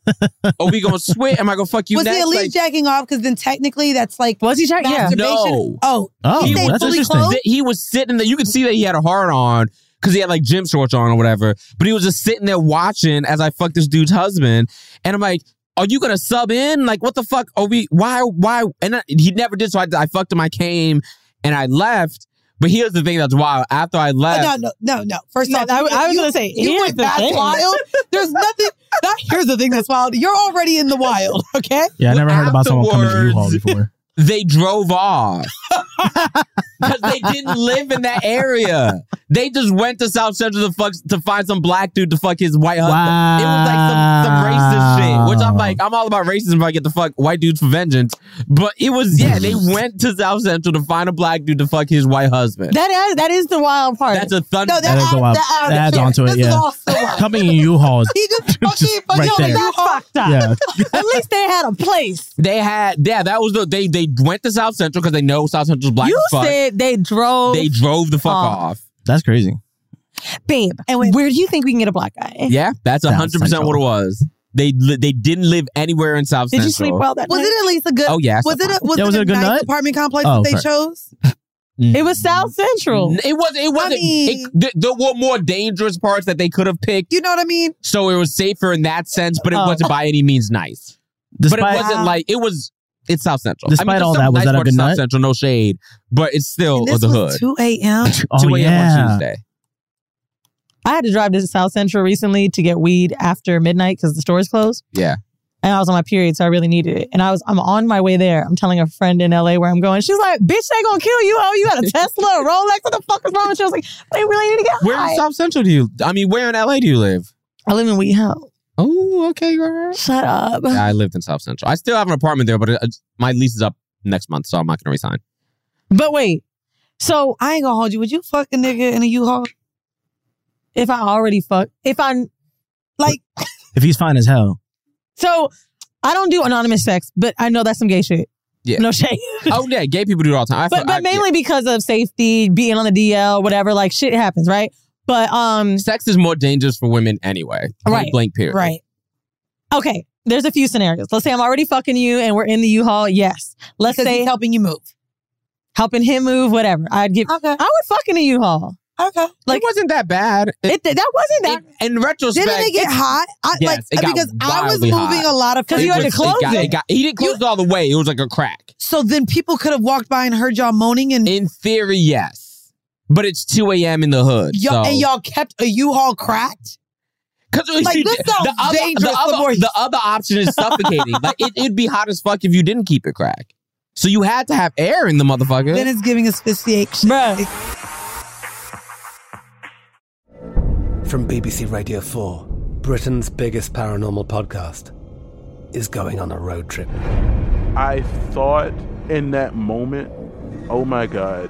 J: are we gonna switch? Am I gonna fuck you
D: was
J: next?
D: he at least
J: Like,
D: jacking off? Because then technically, that's like was he jacking? Yeah.
J: no. E
D: Oh, he stayed fully clothed.
J: He was sitting there. You could see that he had a hard on because he had like gym shorts on or whatever. But he was just sitting there watching as I fuck this dude's husband, and I'm like. Are you gonna sub in? Like, what the fuck? Are we? Why? Why? And I, he never did. So I, I fucked him. I came and I left. But here's the thing that's wild. After I left,
D: No, no, no, no. First
E: No,
D: off,
E: I-
D: you-
E: I was
D: you-
E: gonna say,
D: you
E: here's
D: went
E: the
D: back
E: thing.
D: wild. There's nothing. That, here's the thing that's wild. You're already in the wild, okay?
G: Yeah, I never heard about someone coming to U-Haul
J: Afterwards-
G: before.
J: they drove off because they didn't live in that area. They just went to South Central to fuck to find some black dude to fuck his white husband. It was like some, some racist shit, which I'm like, I'm all about racism. If I get to fuck white dudes for vengeance, but it was yeah, they went to South Central to find a black dude to fuck his white husband.
E: That is, that is the wild part.
J: That's a thunder.
D: No,
G: That is a wild. That adds on to it. Yeah, coming in U-Hauls.
D: He just fucking
G: right there.
E: fucked
G: Yeah,
E: At least they had a place.
J: They had yeah, that was the they they went to South Central because they know South Central's black.
E: you
J: as fuck.
E: said they drove.
J: they drove the fuck off.
G: that's crazy.
E: babe. And where do you think we can get a black guy?
J: Yeah, that's
G: South
J: hundred percent what it was. They li- they didn't live anywhere in South
E: Did
J: Central.
E: you sleep well that
D: Was
E: night?
D: it at least a good?
J: Oh, yeah, I
D: Was it a,
J: slept
D: was
G: Yeah, was it
D: it a
G: a good
D: nice
G: night?
D: apartment complex
G: Oh,
D: that they
G: sorry.
D: chose?
E: It was South Central.
J: N- It wasn't. It wasn't.
D: mean-
J: it, th- there were more dangerous parts that they could have picked,
D: You know what I mean?
J: so it was safer in that sense. But it
E: Oh.
J: wasn't by any means nice.
G: Despite
J: but it wasn't like it was. It's South Central.
G: Despite
J: there's
G: all
J: some
G: that, was that a
J: parts of
G: good
J: South
G: night?
J: Central, no shade, but it's still
D: And this
J: the
D: was
J: hood.
D: two a.m.
G: oh
J: Two a.m. on
G: yeah,
J: Tuesday.
E: I had to drive to South Central recently to get weed after midnight because the stores closed.
J: Yeah.
E: And I was on my period, so I really needed it. And I was I'm on my way there. I'm telling a friend in LA where I'm going. She's like, bitch, they gonna kill you. Oh, you got a Tesla, a Rolex, what the fuck is wrong with you? I was like, they really need to get
J: Where
E: high.
J: in South Central do you? I mean, where in LA do you live?
E: I live in Wheat Hill.
J: Oh, okay, girl.
E: Shut up.
J: Yeah, I lived in South Central. I still have an apartment there, but it, my lease is up next month, so I'm not going to resign.
E: But wait, so
D: I ain't gonna hold you. Would you fuck a nigga in a U-Haul?
E: if I already fuck, if I'm
G: if he's fine as hell,
E: so I don't do anonymous sex, but I know that's some gay shit.
J: Yeah.
E: No shade.
J: Oh yeah, gay people do it all the time. I,
E: but
J: I-
E: but mainly because of safety, being on the DL, whatever, like shit happens, right? But um
J: yeah. sex is more dangerous for women anyway. Point
E: Right,
J: Blank period.
D: Right.
E: okay, there's a few scenarios. Let's say I'm already fucking you and we're in the U-Haul. Yes. Let's
D: Because
E: say
D: he's helping you move.
E: helping him move, whatever. I'd give
D: Okay.
E: I would fucking a U-Haul.
D: Okay.
J: Like, it wasn't that bad. It,
E: It that wasn't that
J: it- in retrospect,
D: Didn't it get hot? I,
J: Yes,
D: like
J: it got
D: because I was
J: wildly
D: moving
J: hot.
D: a lot of
E: 'Cause
J: it
E: you had
J: was-
E: to close
J: got,
E: it.
J: got- he didn't close it all the way. It was like a crack.
D: So then people could have walked by and heard y'all moaning and
J: In theory, yes, but it's two a.m. in the hood.
D: y'all
J: so.
D: and y'all kept a U-Haul cracked.
J: Cause
D: Like,
J: you-
D: this sounds
J: the other,
D: dangerous,
J: The other,
D: Lavoie.
J: the other option is suffocating. like it, it'd be hot as fuck if you didn't keep it crack. So you had to have air in the motherfucker.
D: Then it's giving asphyxiation.
E: Bruh.
K: From BBC Radio 4, Britain's biggest paranormal podcast is going on a road trip.
L: I thought in that moment, oh my God,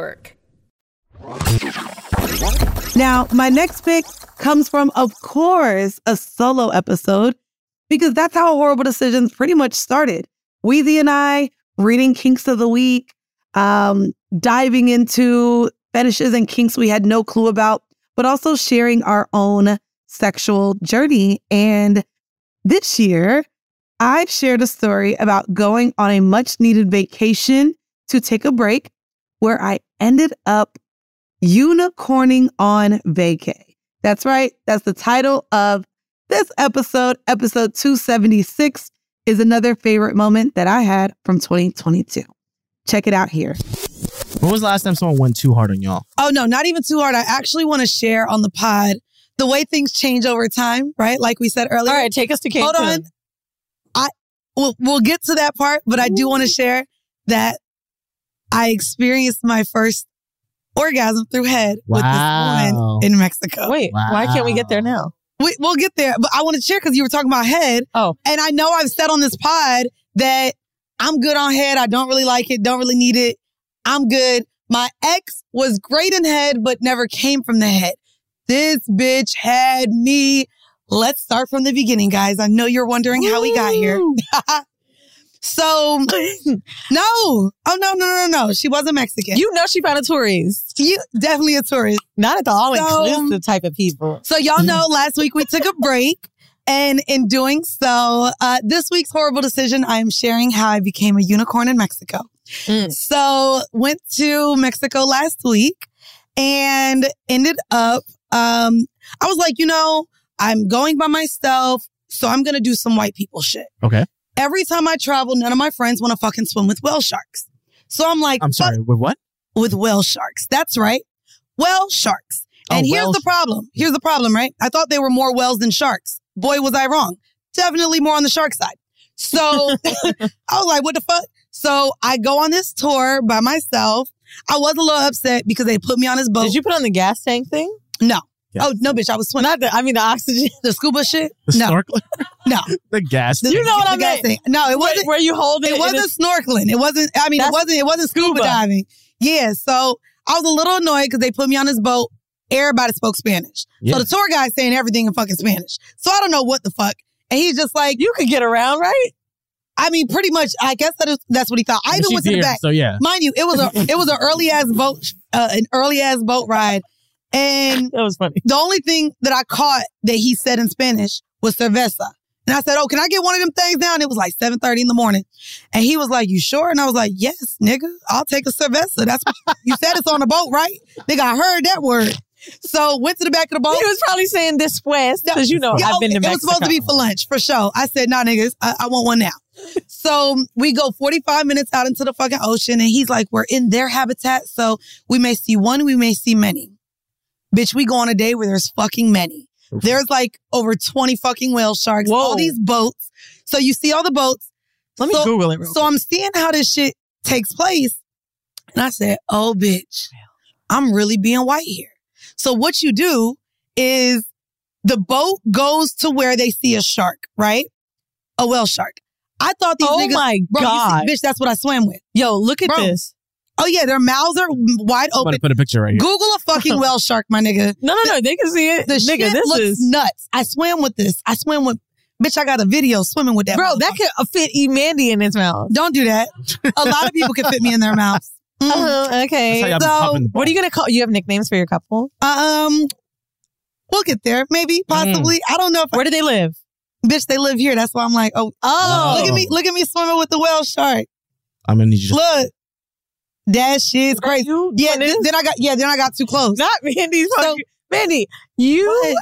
M: Work.
H: Now, my next pick comes from, of course, a solo episode, because that's how Horrible Decisions pretty much started. Weezy and I reading Kinks of the Week, um, diving into fetishes and kinks we had no clue about, but also sharing our own sexual journey. And this year, I shared a story about going on a much needed vacation to take a break where I ended up unicorning on vacay. That's right. That's the title of this episode. Episode 276 is another favorite moment that I had from 2022. Check it out here.
G: When was the last time someone went too hard on y'all?
D: Oh, no, not even too hard. I actually want to share on the pod the way things change over time, right? Like we said earlier.
E: All right, take us to Cancun.
D: Hold on. I, we'll, we'll get to that part, but I do want to share that I experienced my first orgasm through head wow. with this woman in Mexico.
E: Wait, wow. why can't we get there now?
D: We, will get there, but I want to share because you were talking about head.
E: Oh,
D: and I know I've said on this pod that I'm good on head. I don't really like it. Don't really need it. I'm good. My ex was great in head, but never came from the head. This bitch had me. Let's start from the beginning, guys. I know you're wondering Ooh. how we got here. So no, oh no, no, no, no. She wasn't Mexican.
E: You know she found a tourist.
D: You definitely a tourist.
E: Not at the all inclusive so, type of people.
D: So y'all know last week we took a break. And in doing so, uh, this week's horrible decision, I am sharing how I became a unicorn in Mexico. Mm. So went to Mexico last week and ended up, um, I was like, you know, I'm going by myself. So I'm going to do some white people shit.
G: Okay.
D: Every time I travel, none of my friends want to fucking swim with whale sharks. So I'm like,
G: I'm sorry, with what?
D: With whale sharks. That's right. Whale sharks. Oh, and here's the problem. Here's the problem, right? I thought there were more whales than sharks. Boy, was I wrong. Definitely more on the shark side. So I was like, what the fuck? So I go on this tour by myself. I was a little upset because they put me on this boat.
E: Did you put on the gas tank thing?
D: No. Yes. Oh no, bitch! I was swimming.
E: Not the, I mean the oxygen,
D: the scuba shit.
G: The
D: no,
G: snorkeling.
D: no,
G: the gas.
E: you know what I mean?
D: Thing. No, it wasn't.
E: Where you holding?
D: It, it wasn't snorkeling. It wasn't. I mean, it wasn't. It wasn't scuba, scuba, diving. Yeah. So I was a little annoyed because they put me on this boat. Everybody spoke Spanish. Yeah. So the tour guide saying everything in fucking Spanish. So I don't know what the fuck. And he's just like,
E: you could get around, right?
D: I mean, pretty much. I guess that is, that's what he thought. I even went to
G: here,
D: the back.
G: So yeah,
D: mind you, it was a it was an early ass boat, uh, an early ass boat ride. And
E: that was funny.
D: The only thing that I caught that he said in Spanish was cerveza. And I said, Oh, can I get one of them things now? And it was like 7:30 in the morning. And he was like, You sure? And I was like, Yes, nigga, I'll take a cerveza. That's you said it's on the boat, right? Nigga, I heard that word. So went to the back of the boat.
E: He was probably saying this west. Because you know yo, I've been to
D: it
E: Mexico.
D: was supposed to be for lunch, for sure. I said, nah, niggas, I, I want one now. so we go 45 minutes out into the fucking ocean, and he's like, We're in their habitat. So we may see one, we may see many. Bitch, we go on a day where there's fucking many. There's like over 20 fucking whale sharks, Whoa. all these boats. So you see all the boats.
E: Let me
D: so,
E: Google it. so
D: quick. I'm seeing how this shit takes place. And I said, oh, bitch, I'm really being white here. So what you do is the boat goes to where they see a shark, right? A whale shark. I thought these
E: Oh
D: niggas.
E: my
D: Bro, you see-
E: God.
D: bitch, that's what I swam with.
E: Yo, look at this.
D: Oh yeah, their mouths are wide
G: I'm about
D: open.
G: to put a picture right here.
D: Oh, Google a fucking whale shark, my nigga.
E: No, no, no. They can see it.
D: The
E: Nigga,
D: shit
E: this
D: looks
E: is-
D: nuts. I swam with this. I swam with. Bitch, I got a video swimming with that.
E: Bro, that could uh, fit E. Mandy in his mouth.
D: Don't do that. A lot of people could fit me in their mouths. Mm.
E: Uh-huh, okay.
D: That's how y'all be popping
E: So,
D: the
E: what are you gonna call? You have nicknames for your couple? Mm.
D: Um, we'll get there. Maybe, possibly. I don't know. If
E: Where do they live?
D: Bitch, they live here. That's why I'm like, oh,
E: Oh.
D: look at me, look at me swimming with the whale shark.
G: I'm gonna need you. To-
D: Look, that shit's crazy. Yeah, th- then I got yeah, then I got too close.
E: Not Mandy's. fucking- Mandy, you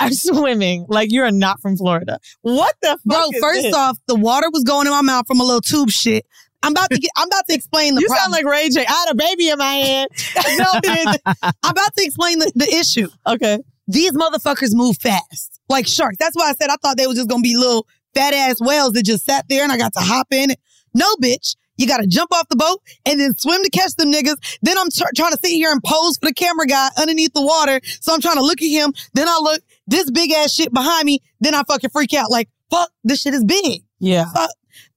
E: are swimming like you are not from Florida. What the fuck?
D: Bro,
E: is
D: first
E: this?
D: off, the water was going in my mouth from a little tube shit. I'm about to get. I'm about to explain the.
E: You
D: problem.
E: sound like Ray J. I had a baby in my hand.
D: no, bitch. I'm about to explain the, the issue.
E: Okay.
D: These motherfuckers move fast, like sharks. That's why I said I thought they was just gonna be little fat ass whales that just sat there and I got to hop in. it. No, bitch. You gotta jump off the boat and then swim to catch them niggas. Then I'm tr- trying to sit here and pose for the camera guy underneath the water. So I'm trying to look at him. Then I look this big ass shit behind me. Then I fucking freak out like, fuck, this shit is big.
E: Yeah.
D: Fuck.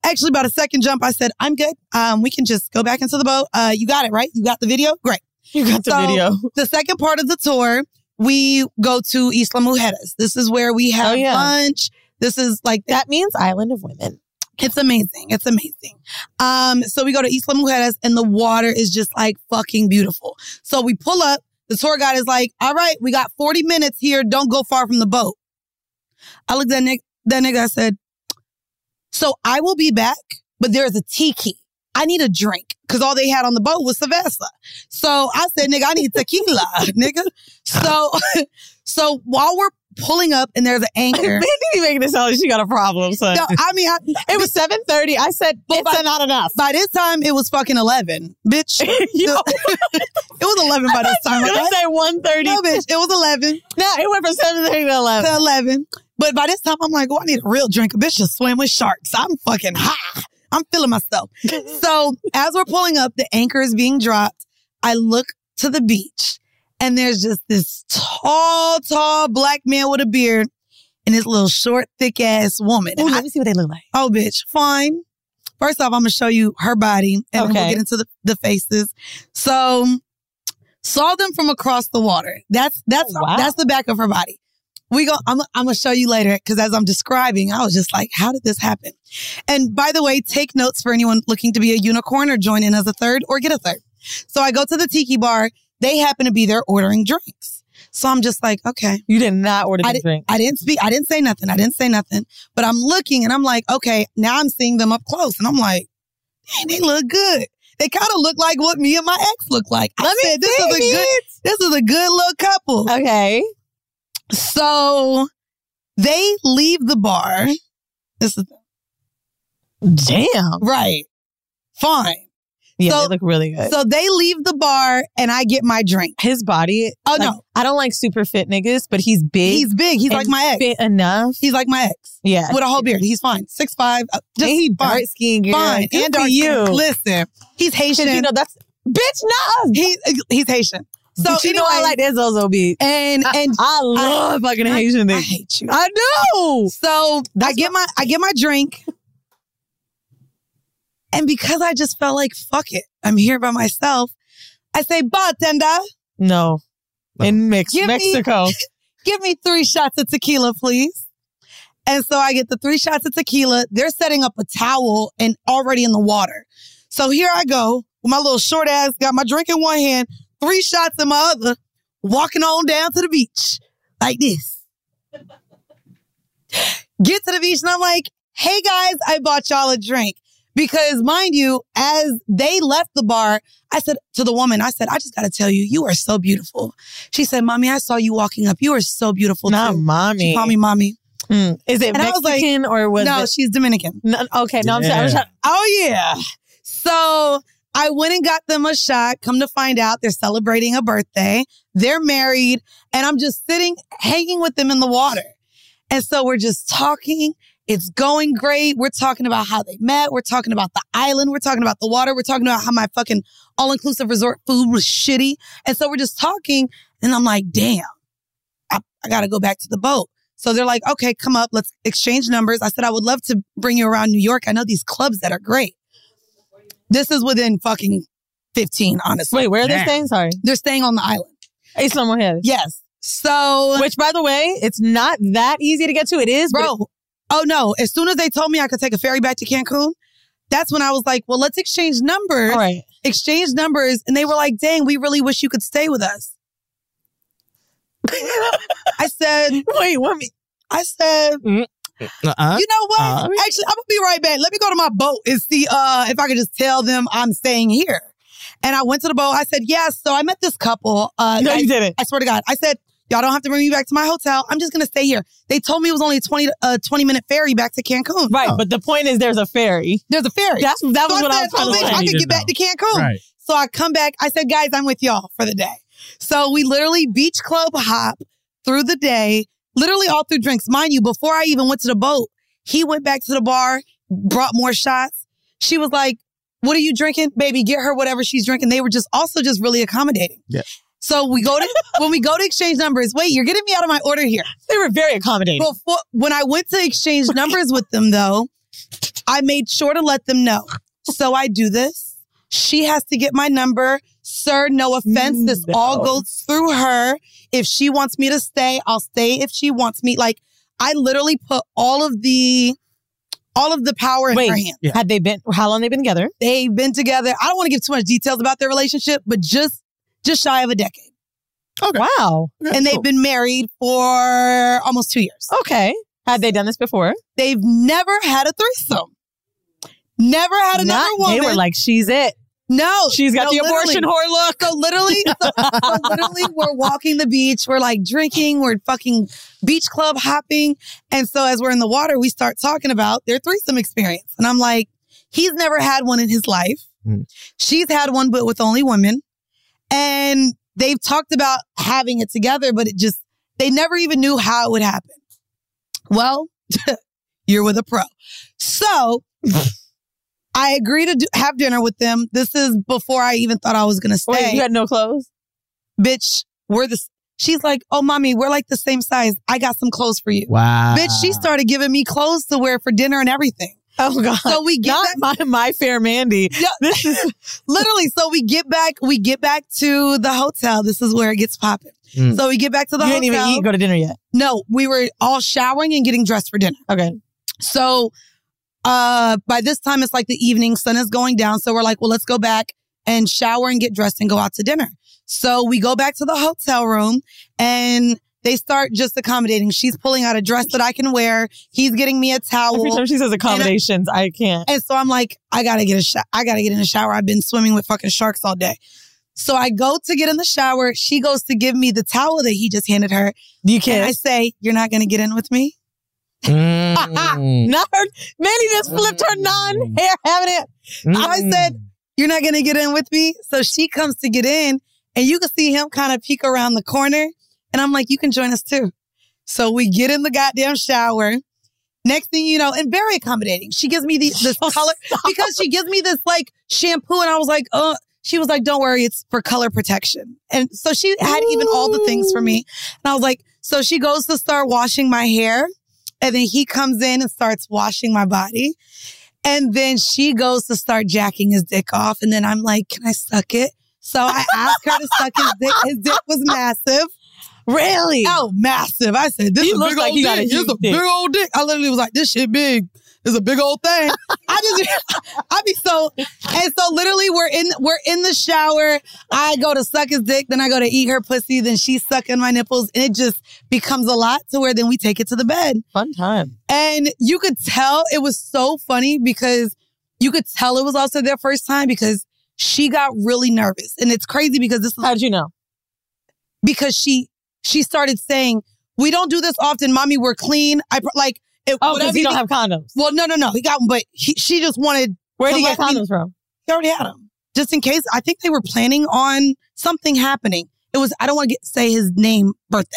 D: Actually, about a second jump, I said, I'm good. Um, we can just go back into the boat. Uh, you got it, right? You got the video? Great.
E: You got the video.
D: The second part of the tour, we go to Isla Mujeres. This is where we have
E: Oh, yeah.
D: lunch. This is like
E: That means Island of Women.
D: It's amazing. It's amazing. Um, so we go to Isla Mujeres and the water is just like fucking beautiful. So we pull up. The tour guide is like, all right, we got 40 minutes here. Don't go far from the boat. I looked at Nick, that nigga. I said, so I will be back, but there's a tiki. I need a drink because all they had on the boat was Cerveza. So I said, nigga, I need tequila, nigga. So, so while we're pulling up and there's an anchor.
E: Mandy be making it sound like she got a problem, son.
D: No, I mean, I,
E: it was 7.30. I said,
D: But
E: it's
D: by-
E: not enough.
D: By this time, it was fucking 11, bitch. it was 11 by this time.
E: I
D: okay?
E: was going to say 1.30.
D: No, bitch, it was 11
E: No, it went from 7.30 to 11.
D: to 11. But by this time, I'm like, oh, I need a real drink. A bitch just swam with sharks. I'm fucking high. I'm feeling myself. so as we're pulling up, the anchor is being dropped. I look to the beach and there's just this tall, tall black man with a beard and this little short, thick ass woman.
E: Ooh,
D: And I
E: let me see what they look like.
D: Oh, bitch, fine. First off, I'm gonna show you her body and then
E: Okay.
D: we'll get into the, the faces. So saw them from across the water. That's that's
E: Oh, wow.
D: that's the back of her body. We go, I'm, I'm gonna show you later because as I'm describing, I was just like, how did this happen? And by the way, take notes for anyone looking to be a unicorn or join in as a third or get a third. So I go to the tiki bar. They happen to be there ordering drinks. So I'm just like, okay.
E: You did not order
D: I
E: the
D: did-
E: drink.
D: I didn't speak. I didn't say nothing. I didn't say nothing. But I'm looking and I'm like, okay, now I'm seeing them up close. And I'm like, dang, they look good. They kind of look like what me and my ex look like. I said, this is a
E: see
D: good, this is a good little couple.
E: Okay.
D: So they leave the bar. This is
E: Damn.
D: right. Fine.
E: Yeah,
D: So-
E: they look really good.
D: So they leave the bar and I get my drink.
E: his body.
D: Oh,
E: like,
D: no.
E: I don't like super fit niggas, but he's big.
D: He's big. He's
E: and
D: like my ex.
E: Fit enough.
D: He's like my ex
E: Yeah.
D: with a whole beard. He's fine. Six five. Uh, Just
E: and he
D: fine.
E: dark skin girl.
D: fine.
E: Good
D: and
E: for
D: dark
E: you.
D: skin. Listen, he's
E: 'Cause
D: Haitian.
E: you know that's bitch not us.
D: he he's Haitian. So
E: But you know I
D: anyway,
E: like that Zozo bitch.
D: and
E: I-
D: and
E: I love fucking
D: I-
E: Haitian
D: I
E: niggas.
D: hate you.
E: I do.
D: So I get my I get my drink, and because I just felt like fuck it, I'm here by myself. I say bartender,
E: No. In Mex-
D: Give me-
E: Mexico.
D: give me three shots of tequila, please. And so I get the three shots of tequila. They're setting up a towel and already in the water. So here I go with my little short ass, got my drink in one hand, three shots in my other, walking on down to the beach like this. Get to the beach and I'm like, hey guys, I bought y'all a drink. Because mind you, as they left the bar, I said to the woman, I said, I just gotta tell you, you are so beautiful. She said, Mommy, I saw you walking up. You are so beautiful.
E: Not
D: too.
E: mommy.
D: She called me mommy.
E: Mm. Is it
D: And I was like,
E: Mexican or was
D: no,
E: it?
D: she's Dominican.
E: No, okay, no, I'm sorry. I'm
G: Yeah.
E: sorry.
D: Oh yeah. So I went and got them a shot. Come to find out, they're celebrating a birthday. They're married, and I'm just sitting, hanging with them in the water. And so we're just talking It's going great. We're talking about how they met. We're talking about the island. We're talking about the water. We're talking about how my fucking all inclusive resort food was shitty. And so we're just talking. And I'm like, damn, I, I got to go back to the boat. So they're like, okay, come up. Let's exchange numbers. I said, I would love to bring you around New York. I know these clubs that are great. This is within fucking 15, honestly.
E: Wait, where are they staying? Sorry.
D: They're staying on the island.
E: It's somewhere here.
D: Yes. So,
E: which by the way, it's not that easy to get to. It is,
D: bro. oh no! As soon as they told me I could take a ferry back to Cancun, that's when I was like, "Well, let's exchange numbers."
E: Right.
D: Exchange numbers, and they were like, "Dang, we really wish you could stay with us." I said,
E: "Wait, what?" me-
D: I said.
G: Uh-huh.
E: Uh-uh.
D: You know what?
G: Uh,
E: Uh-uh.
D: Actually, I'm gonna be right back. Let me go to my boat and see uh, if I can just tell them I'm staying here. And I went to the boat. I said, "Yes." so I met this couple. Uh,
E: No,
D: I,
E: you didn't.
D: I swear to God. I said, "Y'all don't have to bring me back to my hotel. I'm just gonna stay here." They told me it was only a 20, uh, 20 minute ferry back to Cancun. Oh.
E: Right, but the point is, there's a ferry.
D: There's a ferry.
E: That's that was
D: So
E: what I
D: said,
E: was
D: "Oh,
E: trying to
D: bitch,
E: say.
D: I can get back to Cancun.
E: Right.
D: So I come back. I said, guys, I'm with y'all for the day. So we literally beach club hop through the day, literally all through drinks. Mind you, before I even went to the boat, he went back to the bar, brought more shots. She was like, what are you drinking? Baby, get her whatever she's drinking. They were just also just really accommodating.
G: Yeah.
D: So we go to when we go to exchange numbers. Wait, you're getting me out of my order here.
E: They were very accommodating.
D: Before when I went to exchange numbers with them though, I made sure to let them know. So I do this. She has to get my number. Sir, no offense. This
E: Mm,
D: all goes through her. If she wants me to stay, I'll stay if she wants me. Like I literally put all of the all of the power in her
E: Wait,
D: hands.
E: had they been? How long they been together?
D: They've been together. I don't want to give too much details about their relationship, but just just shy of a decade.
E: Okay. Wow.
D: and they've been married for almost two years.
E: Okay. Had they done this before?
D: They've never had a threesome. Never had another
E: Not-
D: woman.
E: They were like, she's it.
D: No,
E: She's got
D: no,
E: the abortion
D: literally.
E: whore look.
D: So literally, so, so literally, we're walking the beach. We're like drinking. We're fucking beach club hopping. And so as we're in the water, we start talking about their threesome experience. And I'm like, he's never had one in his life.
E: Hmm.
D: She's had one, but with only women. And they've talked about having it together, but it just they never even knew how it would happen. Well, you're with a pro. So I agree to do, have dinner with them. This is before I even thought I was gonna stay.
E: Wait, you had no clothes?
D: Bitch, we're the. s- She's like, oh, mommy, we're like the same size. I got some clothes for you.
G: Wow.
D: Bitch, she started giving me clothes to wear for dinner and everything.
E: Oh God.
D: So we get
E: Not my my fair Mandy.
D: this is literally. So we get back. We get back to the hotel. This is where it gets popping.
E: Mm.
D: So we get back to the
E: you
D: hotel.
E: didn't even eat, go to dinner yet.
D: No, we were all showering and getting dressed for dinner.
E: Okay.
D: So uh by this time it's like the evening, sun is going down. So we're like, well, let's go back and shower and get dressed and go out to dinner. So we go back to the hotel room and they start just accommodating. She's pulling out a dress that I can wear. He's getting me a towel.
E: Every time she says accommodations, I, can't.
D: And so I'm like, I gotta get a sho- I gotta get in the shower. I've been swimming with fucking sharks all day. So I go to get in the shower. She goes to give me the towel that he just handed her.
E: You
D: And I
E: can't.
D: say, You're not gonna get in with me?
G: Mm.
N: Mm.
E: Not her. Mandy just flipped her non hair having it.
D: I said, You're not gonna get in with me. So she comes to get in, and you can see him kind of peek around the corner. And I'm like, You can join us too. So we get in the goddamn shower. Next thing you know, and very accommodating. She gives me the, this color because she gives me this like shampoo, and I was like, oh. She was like, don't worry, it's for color protection. And so she had even all the things for me. And I was like, so she goes to start washing my hair. And then he comes in and starts washing my body. And then she goes to start jacking his dick off. And then I'm like, can I suck it? So I asked her to suck his dick. His dick was massive.
E: Really?
D: Oh, massive. I said, this
E: He
D: is a
E: looks
D: big
E: like
D: old
E: he
D: dick.
E: got a
D: This
E: huge
D: a
E: dick.
D: big old dick. I literally was like, this shit big. It's a big old thing. I just, I be so, and so literally we're in, we're in the shower. I go to suck his dick, then I go to eat her pussy, then she's sucking my nipples, and it just becomes a lot to where then we take it to the bed.
E: Fun time.
D: And you could tell it was so funny because you could tell it was also their first time because she got really nervous. And it's crazy because this is
E: How'd you know?
D: because she she started saying, "We don't do this often, mommy. We're clean." I pr- like it,
E: Oh, because you don't have condoms.
D: Well, no, no, no. He got one, but he, she just wanted.
E: Where
D: to
E: did you get
D: let me-
E: condoms from?
D: He already had them, just in case. I think they were planning on something happening. It was I don't want to say his name birthday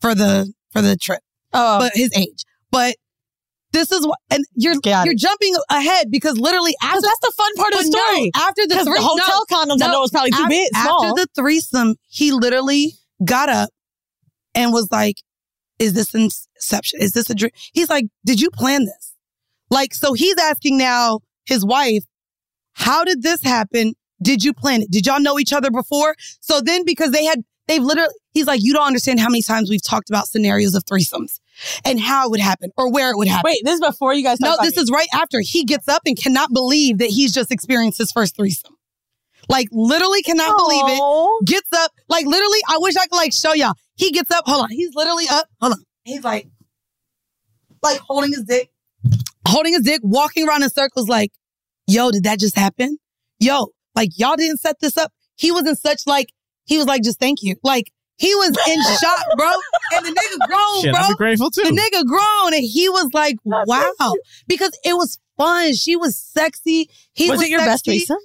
D: for the for the trip,
E: Oh,
D: but his age. But This is what, and you're you're jumping ahead because literally after
E: that's the fun part of
D: But
E: the story.
D: No, after the
E: 'Cause the
D: thre-
E: hotel
D: no,
E: condoms, I know it's probably too
D: af-
E: big, small.
D: After the threesome, he literally got up and was like, "Is this inception? Is this a dream?" He's like, "Did you plan this?" Like, so he's asking now his wife, "How did this happen? Did you plan it? Did y'all know each other before?" So then, because they had, they've literally, he's like, "You don't understand how many times we've talked about scenarios of threesomes." And how it would happen, or where it would happen.
E: Wait, this is before you guys.
D: No, this is right after he gets up and cannot believe that he's just experienced his first threesome. Like literally cannot believe it. Gets up. Like literally, I wish I could like show y'all. He gets up. Hold on. He's literally up. Hold on. He's like, like holding his dick, holding his dick, walking around in circles. Like, yo, did that just happen? Yo, like y'all didn't set this up. He was in such like he was like, just thank you. Like he was in shock, bro. And the nigga grown,
G: Shit,
D: bro.
G: I'd be grateful, too.
D: The nigga grown, and he was like, wow, because it was fun. She was sexy. He
E: Was
D: was
E: it your best
D: sexy.
E: threesome?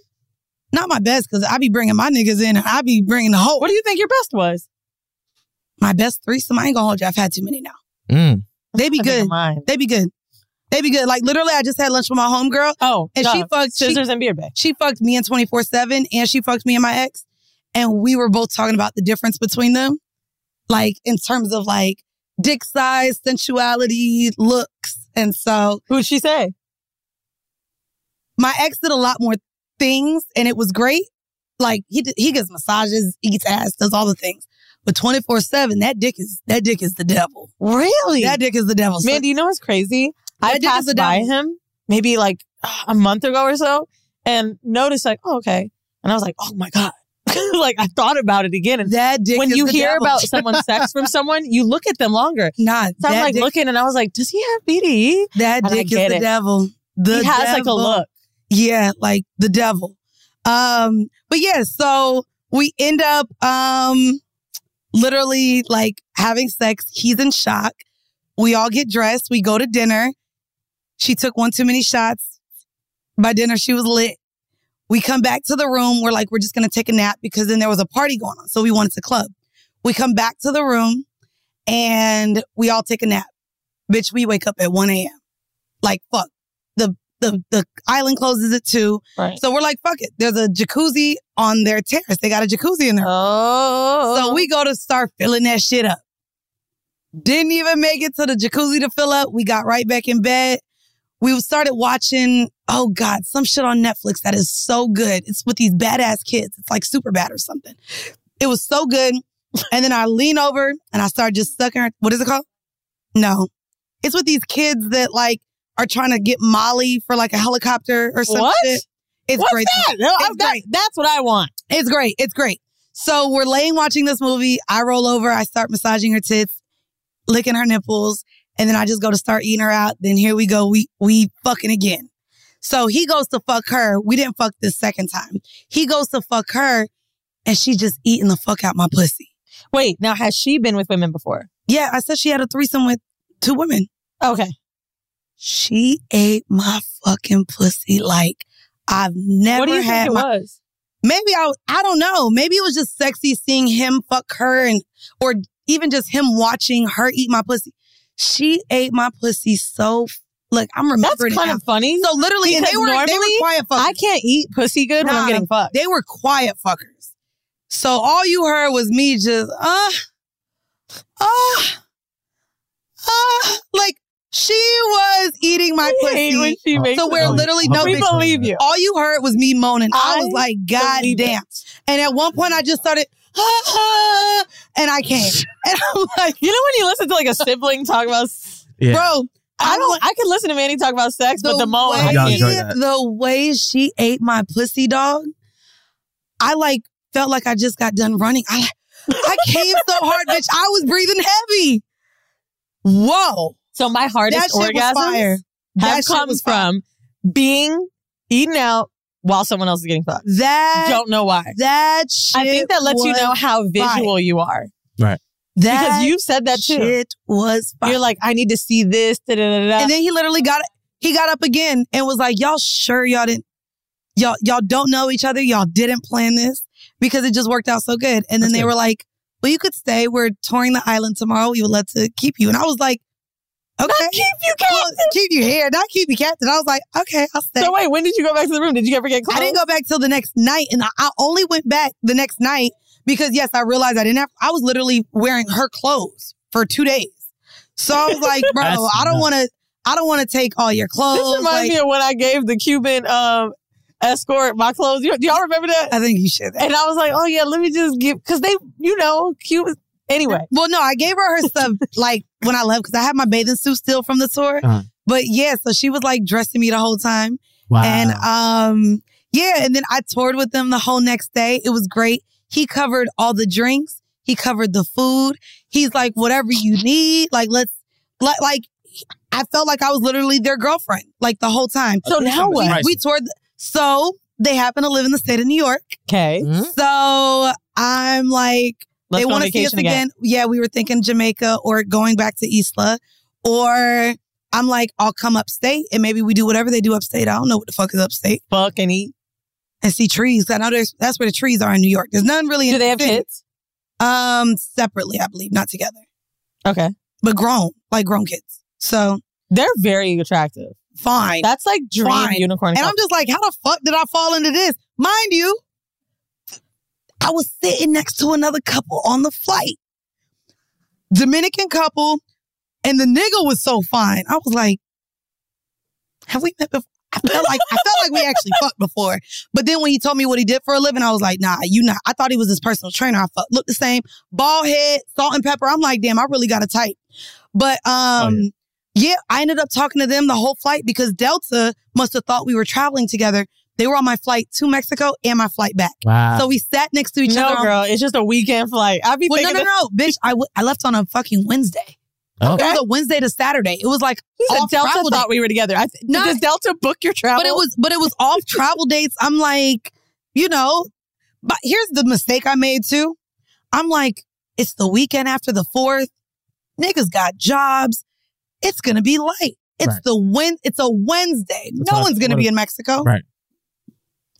D: Not my best, because I be bringing my niggas in and I be bringing the whole. What
E: do you think your best was?
D: My best threesome? I ain't gonna hold you. I've had too many now.
G: Mm.
D: They be good. They be good. They be good. Like literally, I just had lunch with my homegirl.
E: Oh,
D: and she
E: duh.
D: fucked
E: Scissors
D: she,
E: and beer bag.
D: She fucked me in twenty four seven, and she fucked me and my ex, and we were both talking about the difference between them, like in terms of like dick size, sensuality, looks, and so.
E: Who'd she say?
D: My ex did a lot more things, and it was great. Like he did- he gets massages, eats ass, does all the things. But twenty four seven, that dick is that dick is the devil.
E: Really?
D: That dick is the devil. So-
E: Man, do you know what's crazy? I
D: That dick is
E: passed
D: the
E: by
D: devil.
E: him maybe like uh, a month ago or so and noticed like, oh, okay. And I was like, oh my God. like I thought about it again. And
D: that dick
E: when
D: is
E: you
D: the
E: hear
D: devil.
E: about someone's sex from someone, you look at them longer.
D: Nah,
E: so I'm
D: that
E: like
D: dick-
E: looking and I was like, does he have BDE?
D: That
E: And I
D: dick is
E: get
D: the
E: it.
D: devil. The
E: he has like a
D: devil.
E: look.
D: Yeah, like the devil. Um, but yeah, so we end up um literally like having sex. He's in shock. We all get dressed, we go to dinner. She took one too many shots. By dinner, she was lit. We come back to the room. We're like, we're just gonna take a nap because then there was a party going on. So we wanted to club. We come back to the room and we all take a nap. Bitch, we wake up at 1 a.m. Like, fuck. The the the island closes at two.
E: Right.
D: So we're like, fuck it. There's a jacuzzi on their terrace. They got a jacuzzi in there.
E: Oh.
D: So we go to start filling that shit up. Didn't even make it to the jacuzzi to fill up. We got right back in bed. We started watching, oh God, some shit on Netflix that is so good. It's with these badass kids. It's like super bad or something. It was so good. And then I lean over and I start just sucking her. What is it called? No. It's with these kids that like are trying to get Molly for like a helicopter or something.
E: What?
D: It's
E: What's
D: great.
E: that? No, I- that-
D: That's what I want. It's great. It's great. So we're laying watching this movie. I roll over. I start massaging her tits, licking her nipples, and then I just go to start eating her out. Then here we go. We we fucking again. So he goes to fuck her. We didn't fuck this second time. He goes to fuck her, and she just eating the fuck out my pussy.
E: Wait, now has she been with women before?
D: Yeah, I said she had a threesome with two women.
E: Okay.
D: She ate my fucking pussy like I've never
E: do you think
D: had
E: it
D: my-
E: was?
D: Maybe I I don't know. Maybe it was just sexy seeing him fuck her and or even just him watching her eat my pussy. She ate my pussy so look, I'm remembering
E: That's kind
D: it now.
E: of funny.
D: So literally, and they
E: Because
D: were, they
E: normally,
D: were quiet fuckers.
E: I can't eat pussy good when I'm
D: Nah,
E: getting fucked.
D: They were quiet fuckers. So all you heard was me just, uh, uh, uh, like she was eating my
E: We hate
D: pussy.
E: when she makes
D: so we're
E: those.
D: literally no
E: Oh, We
D: victim.
E: believe you.
D: All you heard was me moaning. I,
E: I
D: was like, God
E: believe
D: damn. And at one point I just started, and I can't. And I'm like,
E: You know when you listen to like a sibling talk about, s-
D: Yeah.
E: bro? I don't. I could listen to Manny talk about sex, but the moment
D: way,
E: I can't.
D: the way she ate my pussy dog, I like felt like I just got done running. I I came so hard, bitch. I was breathing heavy. Whoa.
E: So my hardest
D: That shit was fire.
E: orgasms
D: That
E: have
D: shit
E: come
D: was fire.
E: from being eaten out while someone else is getting fucked.
D: That
E: don't know why.
D: That shit
E: I think that lets you
D: was
E: know how visual
D: fire.
E: you are.
G: Right.
D: That
E: because you've said that too.
D: shit was fire.
E: You're like, I need to see this. Da, da, da, da.
D: And then he literally got he got up again and was like, "Y'all sure y'all didn't y'all y'all don't know each other. Y'all didn't plan this because it just worked out so good." And then they were like, "Well, you could stay. We're touring the island tomorrow. We would love to keep you." And I was like, Okay. Not keep you captain. keep you here. Not keep you captain. I was like, okay, I'll stay.
E: So wait, when did you go back to the room? Did you ever get close?
D: I didn't go back till the next night. And I, I only went back the next night because yes, I realized I didn't have I was literally wearing her clothes for two days. So I was like, bro,
E: That's
D: I don't
E: nuts.
D: wanna I don't wanna take all your clothes.
E: This reminds
D: like,
E: me of when I gave the Cuban um, escort my clothes. You, do y'all remember that?
D: I think you should.
E: And I was like, oh yeah, let me just give because they, you know, Cuban. Anyway,
D: Well, no, I gave her her stuff like when I left because I had my bathing suit still from the tour.
E: Uh-huh.
D: But yeah, so she was like dressing me the whole time.
E: Wow.
D: And um, yeah, and then I toured with them the whole next day. It was great. He covered all the drinks. He covered the food. He's like, whatever you need, like let's like like I felt like I was literally their girlfriend like the whole time.
E: So now
D: we,
E: what?
D: We toured. So they happen to live in the state of New York.
E: Okay.
D: So I'm like, they
E: Let's go
D: want
E: on
D: to see us
E: vacation again.
D: again. Yeah, we were thinking Jamaica or going back to Isla. Or I'm like, I'll come upstate and maybe we do whatever they do upstate. I don't know what the fuck is upstate.
E: Fuck and eat.
D: And see trees. I know there's, that's where the trees are in New York. There's none really. Do they have
E: kids?
D: Um, separately, I believe, not together.
E: Okay.
D: But grown, like grown kids. So
E: they're very attractive.
D: Fine.
E: That's like dream unicorn
D: And I'm
E: couple.
D: just like, how the fuck did I fall into this? Mind you, I was sitting next to another couple on the flight. Dominican couple, and the nigga was so fine. I was like, have we met before? I felt like I felt like we actually fucked before. But then when he told me what he did for a living, I was like, nah, you not. I thought he was his personal trainer. I fuck looked the same. Bald head, salt and pepper. I'm like, damn, I really got a type. But um, yeah. I ended up talking to them the whole flight because Delta must have thought we were traveling together. They were on my flight to Mexico and my flight back.
E: Wow.
D: So we sat next to each
E: No,
D: other. on-
E: girl, it's just a weekend flight. I be
D: well, no, no,
E: thinking
D: no, bitch. I, w- I left on a fucking Wednesday.
O: Oh.
E: Okay.
D: It was a Wednesday to Saturday. It was like
E: said
D: off
E: Delta
D: travel
E: thought
D: day.
E: we were together. I,
D: No.
E: does Delta book your travel?
D: But it was but it was off travel dates. I'm like, you know, but here's the mistake I made too. I'm like, it's the weekend after the fourth. Niggas got jobs. It's gonna be light. It's
O: Right.
D: the win. It's a Wednesday. no
O: what I-
D: one's gonna
O: what
D: be
O: I-
D: in Mexico.
O: Right.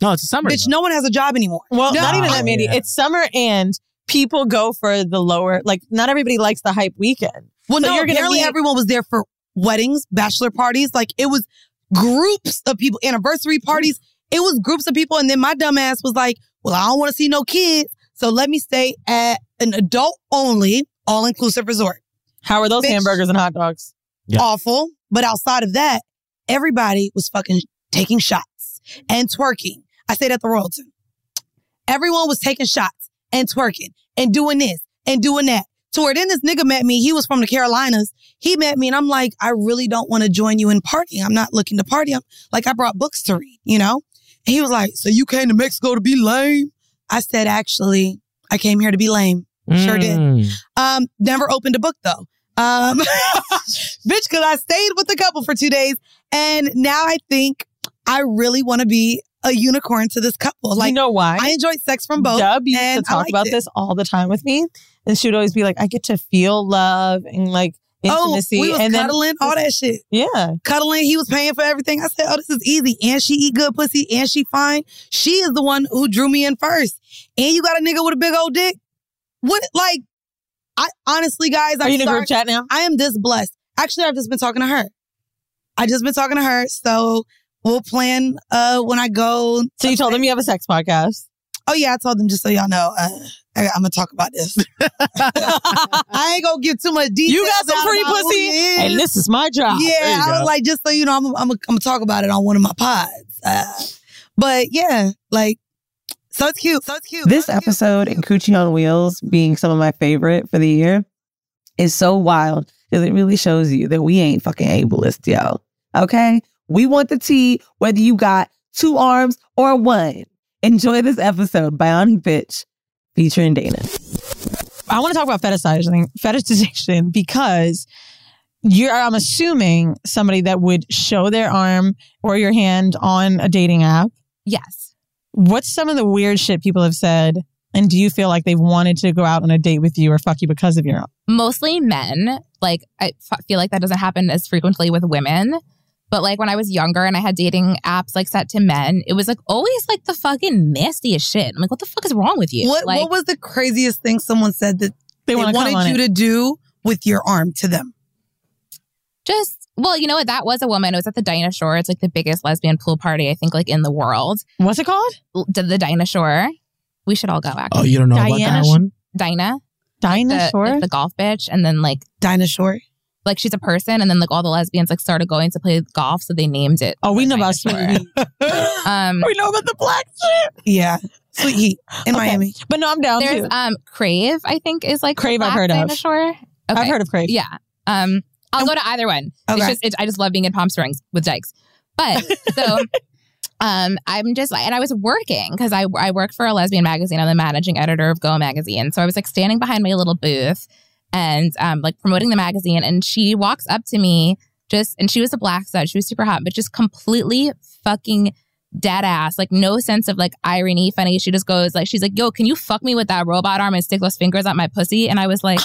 O: No, it's a summer.
D: Bitch, no one has a job anymore.
E: Well,
D: No.
E: not even
D: Oh,
E: that, Mandy.
D: yeah.
E: It's summer and people go for the lower. Like, not everybody likes the hype weekend.
D: Well,
E: So
D: no,
E: you're gonna
D: apparently
E: be-
D: everyone was there for weddings, bachelor parties. Like it was groups of people, anniversary parties. It was groups of people. And then my dumbass was like, well, I don't want to see no kids. So let me stay at an adult only, all inclusive resort.
E: How are those
D: Bitch.
E: hamburgers and hot dogs?
D: Awful. But outside of that, everybody was fucking taking shots and twerking. I stayed at the Royalton. Everyone was taking shots and twerking and doing this and doing that. So where then this nigga met me, he was from the Carolinas. He met me and I'm like, I really don't want to join you in partying. I'm not looking to party. I'm like, I brought books to read, you know? And he was like, So you came to Mexico to be lame? I said, actually, I came here to be lame. Sure did.
E: Mm.
D: Um, never opened a book though. Um, bitch, cause I stayed with the couple for two days and now I think I really want to be a unicorn to this couple. Like,
E: you know why?
D: I enjoyed sex from both.
E: Dub used
D: and
E: to
D: I
E: talk
D: liked
E: about
D: it.
E: this all the time with me, and she would always be like, "I get to feel love and like
D: Oh,
E: intimacy,
D: we was
E: and
D: cuddling,
E: then
D: all that shit.
E: Yeah,
D: Cuddling, he was paying for everything. I said, Oh, this is easy. And she eat good pussy and she fine. She is the one who drew me in first. And you got a nigga with a big old dick. What like I honestly guys, I'm
E: you in a
D: sorry.
E: group chat now?
D: I am this blessed. Actually, I've just been talking to her. I just been talking to her. So we'll plan uh when I go.
E: So you told them you have a sex podcast.
D: Oh yeah, I told them just so y'all know. Uh, I, am gonna talk about this. I ain't gonna give too much detail.
E: You got some free pussy, and this is my job. There you
D: Yeah, I
E: go.
D: was like, just so you know, I'm I'm I'm gonna talk about it on one of my pods. Uh, but yeah, like, so it's cute. So it's cute.
I: This episode and Coochie on Wheels being some of my favorite for the year is so wild because it really shows you that we ain't fucking ableist, yo. Okay? We want the tea, whether you got two arms or one. Enjoy this episode, Bionic Bitch, featuring Dana.
E: I want to talk about fetishizing, fetishization because you're, I'm assuming, somebody that would show their arm or your hand on a dating app.
P: Yes.
E: What's some of the weird shit people have said? And do you feel like they've wanted to go out on a date with you or fuck you because of your arm?
P: mostly men. Like I f- feel like that doesn't happen as frequently with women. But like when I was younger and I had dating apps like set to men, it was like always like the fucking nastiest shit. I'm like, what the fuck is wrong with you?
D: What
P: like,
D: What was the craziest thing someone said that they,
P: wanna come
D: wanted
P: on
D: you
P: it.
D: to do with your arm to them?
P: Just well, you know what? That was a woman. It was at the Dinah Shore. It's like the biggest lesbian pool party I think like in the world.
E: What's it called?
P: L- The, the Dinah Shore. We should all go. Actually.
G: Oh, you don't know about
P: Diana
G: that
P: Sh-
G: one?
P: Dinah.
E: Dinah
P: the,
E: Shore?
P: like the golf bitch, and then like
E: Dinah Shore.
P: Like she's a person, and then like all the lesbians like started going to play golf, so they named it.
E: Oh, we know about Sweet Heat.
P: Um,
E: we know about the black shit. Yeah. Sweet Heat in Miami. But no, I'm down
P: There's
E: too.
P: um Crave, I think is like
E: Crave I've
P: last
E: heard of.
P: Dinah Shore.
E: I've heard of Crave.
P: Yeah. Um, I'll go to either one. It's
E: Okay.
P: just, it, I just love being in Palm Springs with Dykes. But so um, I'm just like, and I was working because I, I work for a lesbian magazine. I'm the managing editor of Go Magazine. So I was like standing behind my little booth and um, like promoting the magazine. And she walks up to me just, and she was a black stud. She was super hot, but just completely fucking dead ass, like no sense of like irony, funny. She just goes like, she's like, yo, can you fuck me with that robot arm and stick those fingers up my pussy? And I was like,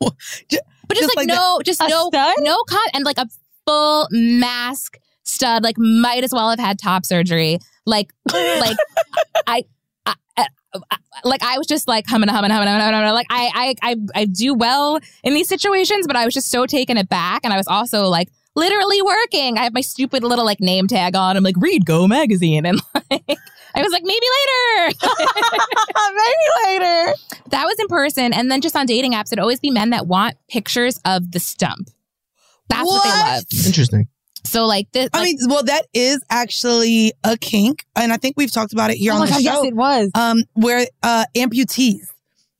P: but just,
E: Just
P: like,
E: like
P: no,
E: that-
P: just
E: a
P: no,
E: stud?
P: no con, and like a full mask stud. Like might as well have had top surgery. Like, like I. I- I- I- Like I was just like humming, humming, humming, humming, humming, humming. Like I, I, I, I do well in these situations, but I was just so taken aback, and I was also like literally working. I have my stupid little like name tag on. I'm like read Go magazine, and like I was like maybe later.
E: Maybe later.
P: That was in person. And then just on dating apps, it'd always be men that want pictures of the stump. That's what, they love.
G: Interesting.
P: So like this,
D: I mean, well, that is actually a kink, and I think we've talked about it here
E: Oh
D: on
E: my
D: the
E: God,
D: show.
E: yes, it was.
D: Um, where uh, amputees.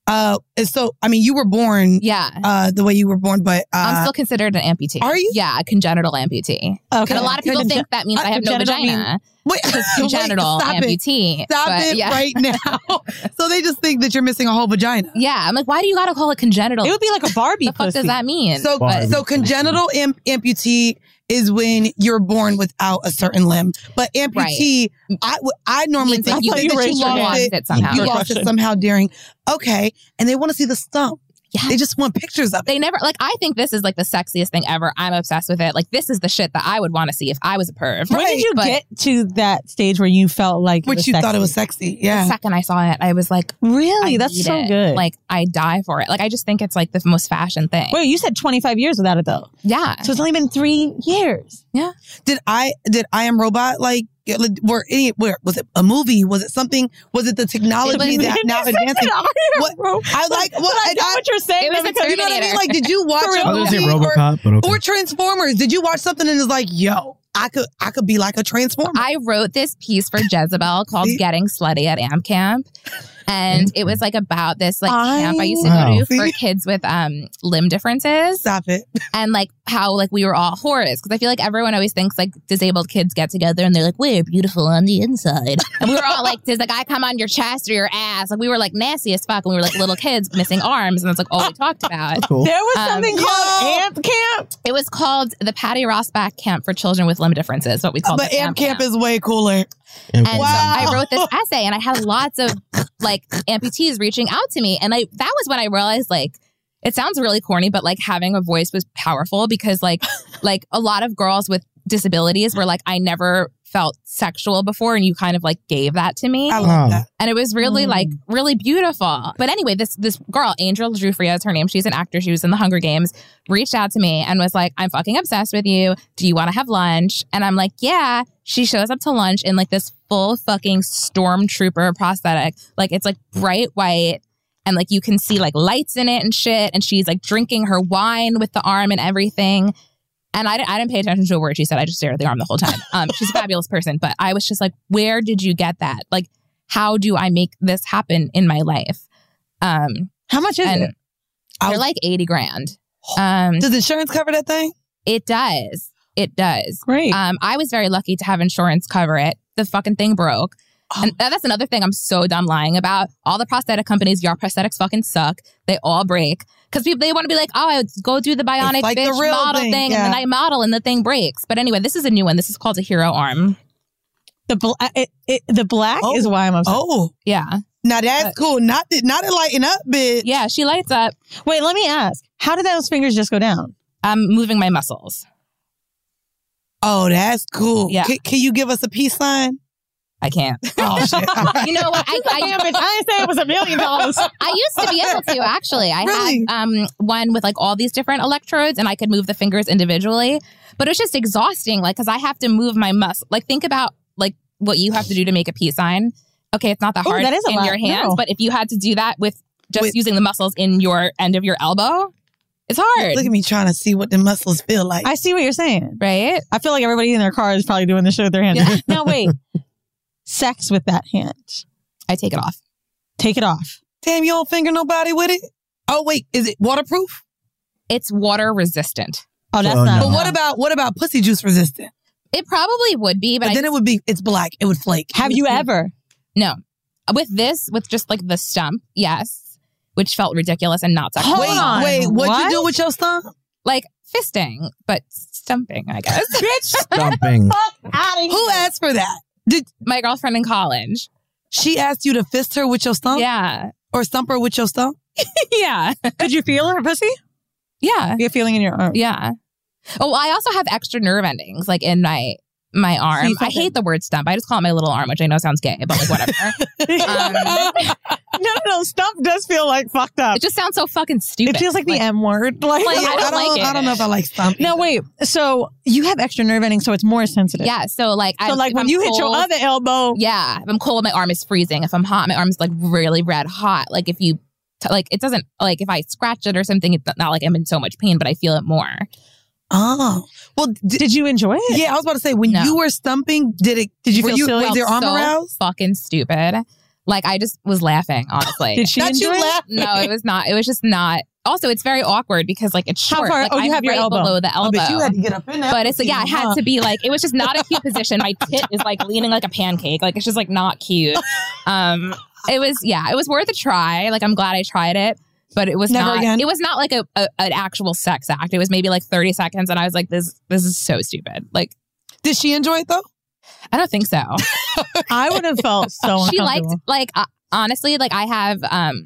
D: Uh, and so I mean, you were born,
P: yeah,
D: uh, the way you were born, but uh,
P: I'm still considered an amputee. Are you? Yeah, a congenital amputee.
D: Okay.
P: And a lot of people
D: Conge-
P: think that means
D: uh,
P: I have no
D: congenital
P: vagina.
D: mean- Wait,
P: Because congenital
D: wait, stop it.
P: amputee.
D: Stop
P: But,
D: it
P: yeah.
D: right now. so they just think that you're missing a whole vagina.
P: Yeah, I'm like, why do you gotta call it congenital?
D: It would be like a Barbie.
P: The fuck does pussy. that mean?
D: So,
P: Barbie
D: so congenital am- amputee is when you're born without a certain limb, but amputee, I, w- I normally
P: Means
D: think
P: like you-
D: that you,
P: you
D: lost it,
P: somehow.
D: You lost it
P: Regression.
D: somehow during. Okay, and they want to see the stump.
P: Yeah,
D: they just want pictures of it.
P: They never like. I think this is like the sexiest thing ever. I'm obsessed with it. Like this is the shit that I would want to see if I was a perv.
E: When did you
P: But-
E: get to that stage where you felt like
P: Which
E: was
P: you thought it was
D: sexy?
P: The second I saw it, I was like,
E: really?
P: I
E: That's
P: need
E: so
P: it.
E: good.
P: Like I die for it. Like I just think it's like the most fashion thing.
E: wait, you said 25 years without it though.
P: Yeah.
E: So it's only been three years.
P: Yeah.
D: Did I did I am robot like like, were any where was it a movie? Was it something? Was it the technology that now advancing? What, I like well, I, I, what
E: you're saying.
P: It was though, because- a
D: you know what I mean?
P: Terminator.
D: Like, did you watch
P: For
D: a
P: real.
G: I was
D: movie
G: gonna say
D: or-
G: RoboCop, but okay.
D: or Transformers? Did you watch something and it's like, yo, I could I could be like a Transformer?
P: I wrote this piece for Jezebel called "Getting Slutty at Amp Camp," and it was like about this like camp I used to
Q: Wow.
P: go to for kids with um limb differences.
D: Stop it!
P: And like how like we were all whores because I feel like everyone always thinks like disabled kids get together and they're like we're beautiful on the inside, and we were all like, "Does the guy come on your chest or your ass?" Like we were like nasty as fuck, and we were like little kids missing arms, and that's like all we talked about. Um,
E: cool. There was something called Amp Camp.
P: It was called the Patty Rossback Camp for Children with Limb Differences. What we called
D: But
P: the
D: Amp Camp is way cooler.
P: and so I wrote this essay, and I had lots of like amputees reaching out to me, and I that was when I realized like it sounds really corny, but like having a voice was powerful because like like a lot of girls with disabilities were like I never felt sexual before, and you kind of like gave that to me.
D: I love that.
P: And it was really like really beautiful. But anyway, this this girl, Angel Jufria is her name. She's an actor. She was in the Hunger Games, reached out to me and was like, I'm fucking obsessed with you. Do you want to have lunch? And I'm like, Yeah. She shows up to lunch in like this full fucking stormtrooper prosthetic. Like it's like bright white and like you can see like lights in it and shit. And she's like drinking her wine with the arm and everything. And I, di- I didn't pay attention to a word she said. I just stared at the arm the whole time. Um, she's a fabulous person, but I was just like, where did you get that? Like, how do I make this happen in my life? Um,
E: how much is
P: it? They're like eighty grand. Um,
D: does insurance cover that thing?
P: It does. It does.
E: Great.
P: Um, I was very lucky to have insurance cover it. The fucking thing broke.
E: Oh.
P: And that- that's another thing I'm so dumb lying about. All the prosthetic companies, your prosthetics fucking suck. They all break because people they want to be like, oh, I would go do the bionic
D: like the
P: bitch
D: real
P: model
D: thing,
P: thing, and then
D: yeah.
P: I model and the thing breaks. But anyway, this is a new one. This is called a hero arm.
E: The bl- it, it, the black is why I'm upset.
D: Oh,
P: yeah.
D: Now that's cool. Not that not it lighten up, bitch.
P: Yeah, she lights up.
E: Wait, let me ask. How did those fingers just go down?
P: I'm moving my muscles.
D: Oh, that's cool.
P: Yeah.
D: Can, can you give us a peace sign?
P: I can't.
E: Oh, shit.
P: you know what? I, I,
E: Damn it. I didn't say it was a million dollars.
P: I used to be able to actually. I had um, one with like all these different electrodes, and I could move the fingers individually. But it's just exhausting, like because I have to move my muscle. Like think about like what you have to do to make a peace sign. Okay, it's not that
E: Ooh,
P: hard
E: Oh, that is a
P: in
E: lot.
P: your hands,
E: No.
P: but if you had to do that with just
E: With-
P: using the muscles in your end of your elbow, it's hard.
E: Look
D: at me trying to see what the muscles feel like.
E: I see what you're saying.
P: Right?
E: I feel like everybody in their car is probably doing this shit with their hand. no, wait. Sex with that hand.
P: I take it off.
E: Take it off.
D: Damn, you don't finger nobody with it? Oh wait, is it waterproof?
P: It's water resistant.
E: Oh,
P: that's Oh, not
D: But
P: no.
D: what about what about pussy juice resistant?
P: It probably would be, but,
D: But
P: I
D: then it would be it's black. It would flake.
E: Have you ever?
P: No. With this, with just like the stump, yes, which felt ridiculous and not sexual.
D: Wait, wait, what'd you do with your stump?
P: Like fisting, but stumping, I guess. Bitch,
G: Dumping.
D: Who asked for that? Did
P: my girlfriend in college?
D: She asked you to fist her with your stump?
P: Yeah.
D: Or stump her with your stump?
P: yeah.
E: Did you feel her pussy?
P: Yeah.
E: You're feeling in your arm.
P: Yeah. Oh, I also have extra nerve endings, like in my my arm. I hate the word stump. I just call it my little arm, which I know sounds gay, but like whatever.
E: no, no, no. Stump does feel like fucked up.
P: Um, It just sounds so fucking stupid.
E: It feels like, the M word. Like,
P: Like, I don't like it.
D: stump.
E: No, wait. So you have extra nerve endings, so it's more sensitive.
P: Yeah, so like,
E: So, like,
P: if
E: when you hit your other elbow,
P: yeah, if I'm cold, my arm is freezing. If I'm hot, my arm's like really red hot. Like if you, t- like it doesn't like if I scratch it or something, it's not like I'm in so much pain, but I feel it more.
D: Oh. Well, did,
E: did you enjoy it?
D: Yeah, I was about to say when you were stumping, did it did you
P: Were
D: feel silly? Was
P: felt
D: your arm
P: so
D: aroused?
P: Fucking stupid. Like I just was laughing. Honestly,
E: Did she
D: Not you enjoy it? laughing.
P: No, it was not. It was just not. Also, it's very awkward because like it's
E: How
P: short.
E: far-
P: Like,
E: oh, you
P: I'm
E: have your
P: right
E: elbow.
P: below the
E: I
P: elbow.
E: bet you had to get up in that
P: But it's like, yeah, I
E: pussy,
P: had
E: huh?
P: to be like, it was just not a cute position. My tit is like leaning like a pancake. Like it's just like not cute. Um, it was yeah, it was worth a try. Like I'm glad I tried it. But it was
E: Never
P: not.
E: again?
P: It was not like a, a an actual sex act. It was maybe like thirty seconds, and I was like, "This this is so stupid." Like,
D: did she enjoy it though?
P: I don't think so.
E: I would have felt Oh, so
P: she liked
E: uncomfortable.
P: like uh, honestly like i have um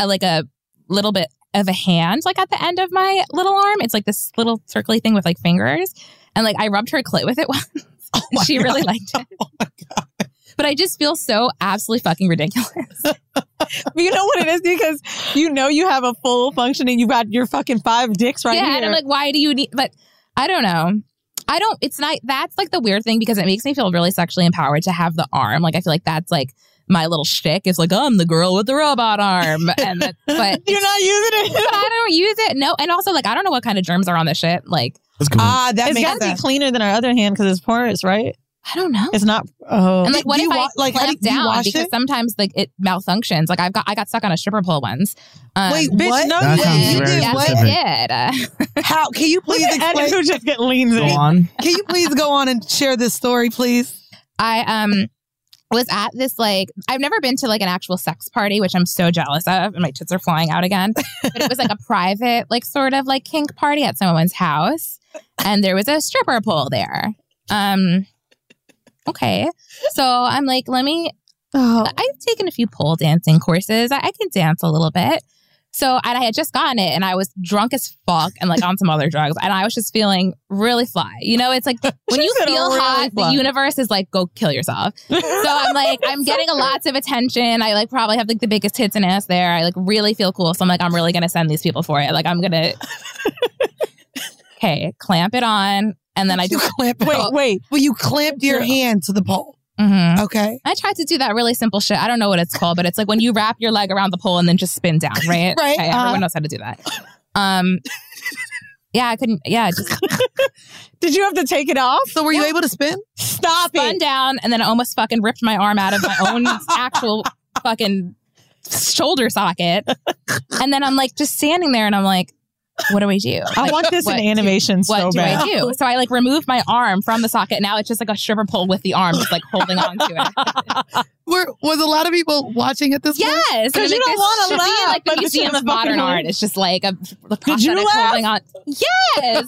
P: a, like a little bit of a hand like at the end of my little arm it's like this little circly thing with like fingers and like i rubbed her clit with it once she really liked it but i just feel so absolutely fucking ridiculous
E: You know what it is because you know you have a full functioning. You got your fucking five dicks right
P: yeah
E: here.
P: and i'm like why do you need but i don't know i don't it's not that's like the weird thing because it makes me feel really sexually empowered to have the arm like i feel like that's like my little shtick is like I'm the girl with the robot arm, and that, but
E: you're not using
P: but I don't use it. No, and also like I don't know what kind of germs are on this shit. Like
R: Mm.
D: Ah, that
E: it's
D: makes
E: got to be
D: sense.
E: cleaner than our other hand because it's porous, right?
P: I don't know.
E: It's not. Oh,
P: and like what
D: do
P: if
D: you
P: I
D: wa- like,
P: like
D: how do
P: clamp
D: you- do you
P: down
D: wash
P: because
D: it?
P: sometimes like it malfunctions. Like I've got I got stuck on a stripper pole once. Um,
D: Wait, Bitch, what? no,
G: That you sounds didn't. very
P: yes, I did. Uh,
D: How can you please
E: Look at Eddie
D: explain?
E: who just get leans in.
G: Go on.
D: Can you please go on and share this story, please?
P: I um was at this like I've never been to like an actual sex party, which I'm so jealous of, and my tits are flying out again. But it was like a private, like sort of like kink party at someone's house, and there was a stripper pole there. Um, okay, so I'm like, let me.
E: Oh.
P: I've taken a few pole dancing courses. I, I can dance a little bit. So, and I had just gotten it, and I was drunk as fuck, and like on some other drugs, and I was just feeling really fly. You know, it's like when
E: She
P: you
E: said
P: feel
E: really
P: hot,
E: fly.
P: the universe is like, go kill yourself. so I'm like, I'm getting a lots of attention. I like probably have like the biggest hits and ass there. I like really feel cool. So I'm like, I'm really gonna send these people for it. Like I'm gonna, okay, clamp it on, and then I
D: You
P: just
D: clamp.
E: Wait, wait.
D: Well, you clamped your hand to the pole.
P: Mhm.
D: Okay.
P: I tried to do that really simple shit. I don't know what it's called, but it's like when you wrap your leg around the pole and then just spin down, right?
D: Right,
P: Okay,
D: uh-huh.
P: everyone knows how to do that. Um, yeah, I couldn't. Yeah, just
E: Did you have to take it off?
D: So were you able to spin?
E: Stop
P: spun
E: it.
P: down, and then I almost fucking ripped my arm out of my own actual fucking shoulder socket. And then I'm like just standing there, and I'm like, what do I do?
E: I
P: Like,
E: want this
P: what
E: in animation
P: what
E: so
P: do
E: bad.
P: I do? So I like removed my arm from the socket. Now it's just like a stripper pole with the arm, just like holding on to it.
D: Were was a lot of people watching at this point?
P: Yes,
E: Because you
P: and like,
E: don't
P: this
E: wanna
P: should be in,
E: laugh,
P: like
E: but
P: the
E: this
P: Museum
E: shit's
P: of Modern
E: fucking-
P: Art. It's just like a the
E: Did you
P: prosthetic
E: laugh?
P: holding on. Yes.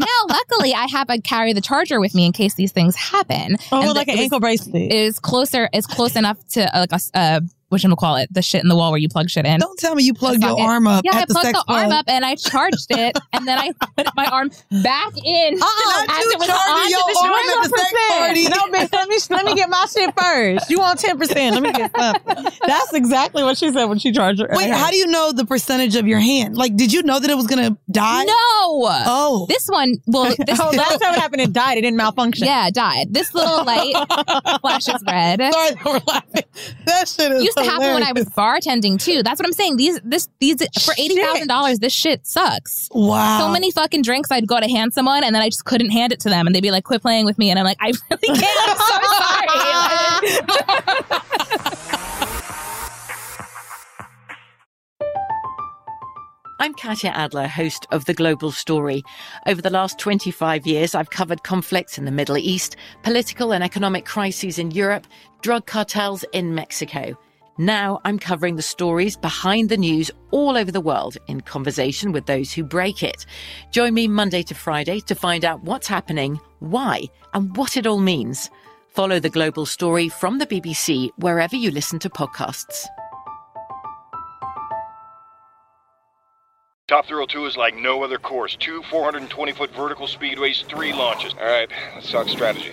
P: now, luckily, I have I carry the charger with me in case these things happen.
E: Oh,
P: And
E: like
P: the-
E: an
P: it was-
E: ankle bracelet.
P: is closer is close enough to uh, like a s- a what call it the shit in the wall where you plug shit in.
K: Don't tell me you plugged your arm up.
P: Yeah,
K: at
P: I plugged the,
K: sex club.
P: arm up and I charged it, and then I put my arm back in.
K: Uh-uh,
P: as
K: you
P: it was
K: charging
P: on
K: your
P: to the
K: arm
P: shoulder.
K: at the sex party.
E: No, bitch, let me let me get my shit first. You want ten percent? Let me get some. That's exactly what she said when she charged her.
K: Wait, how do you know the percentage of your hand? Like, did you know that it was gonna die?
P: No.
K: Oh.
P: This one, well, this
E: Oh, last time it happened, it died. It didn't malfunction.
P: Yeah, it died. This little light flashes red.
K: Sorry, that we're laughing. That shit is
P: Used to happen when I was bartending too. That's what I'm saying. These, this, these for eighty thousand dollars, this shit sucks.
K: Wow.
P: So many fucking drinks I'd go to hand someone, and then I just couldn't hand it to them, and they'd be like, "Quit playing with me," and I'm like, "I really can't. I'm so sorry."
Q: I'm Katya Adler, host of The Global Story. Over the last 25 years, I've covered conflicts in the Middle East, political and economic crises in Europe, drug cartels in Mexico. Now I'm covering the stories behind the news all over the world in conversation with those who break it. Join me Monday to Friday to find out what's happening, why, and what it all means. Follow The Global Story from the BBC wherever you listen to podcasts.
S: Top Thrill 2 is like no other course. Two 420 foot vertical speedways, three launches. All right, let's talk strategy.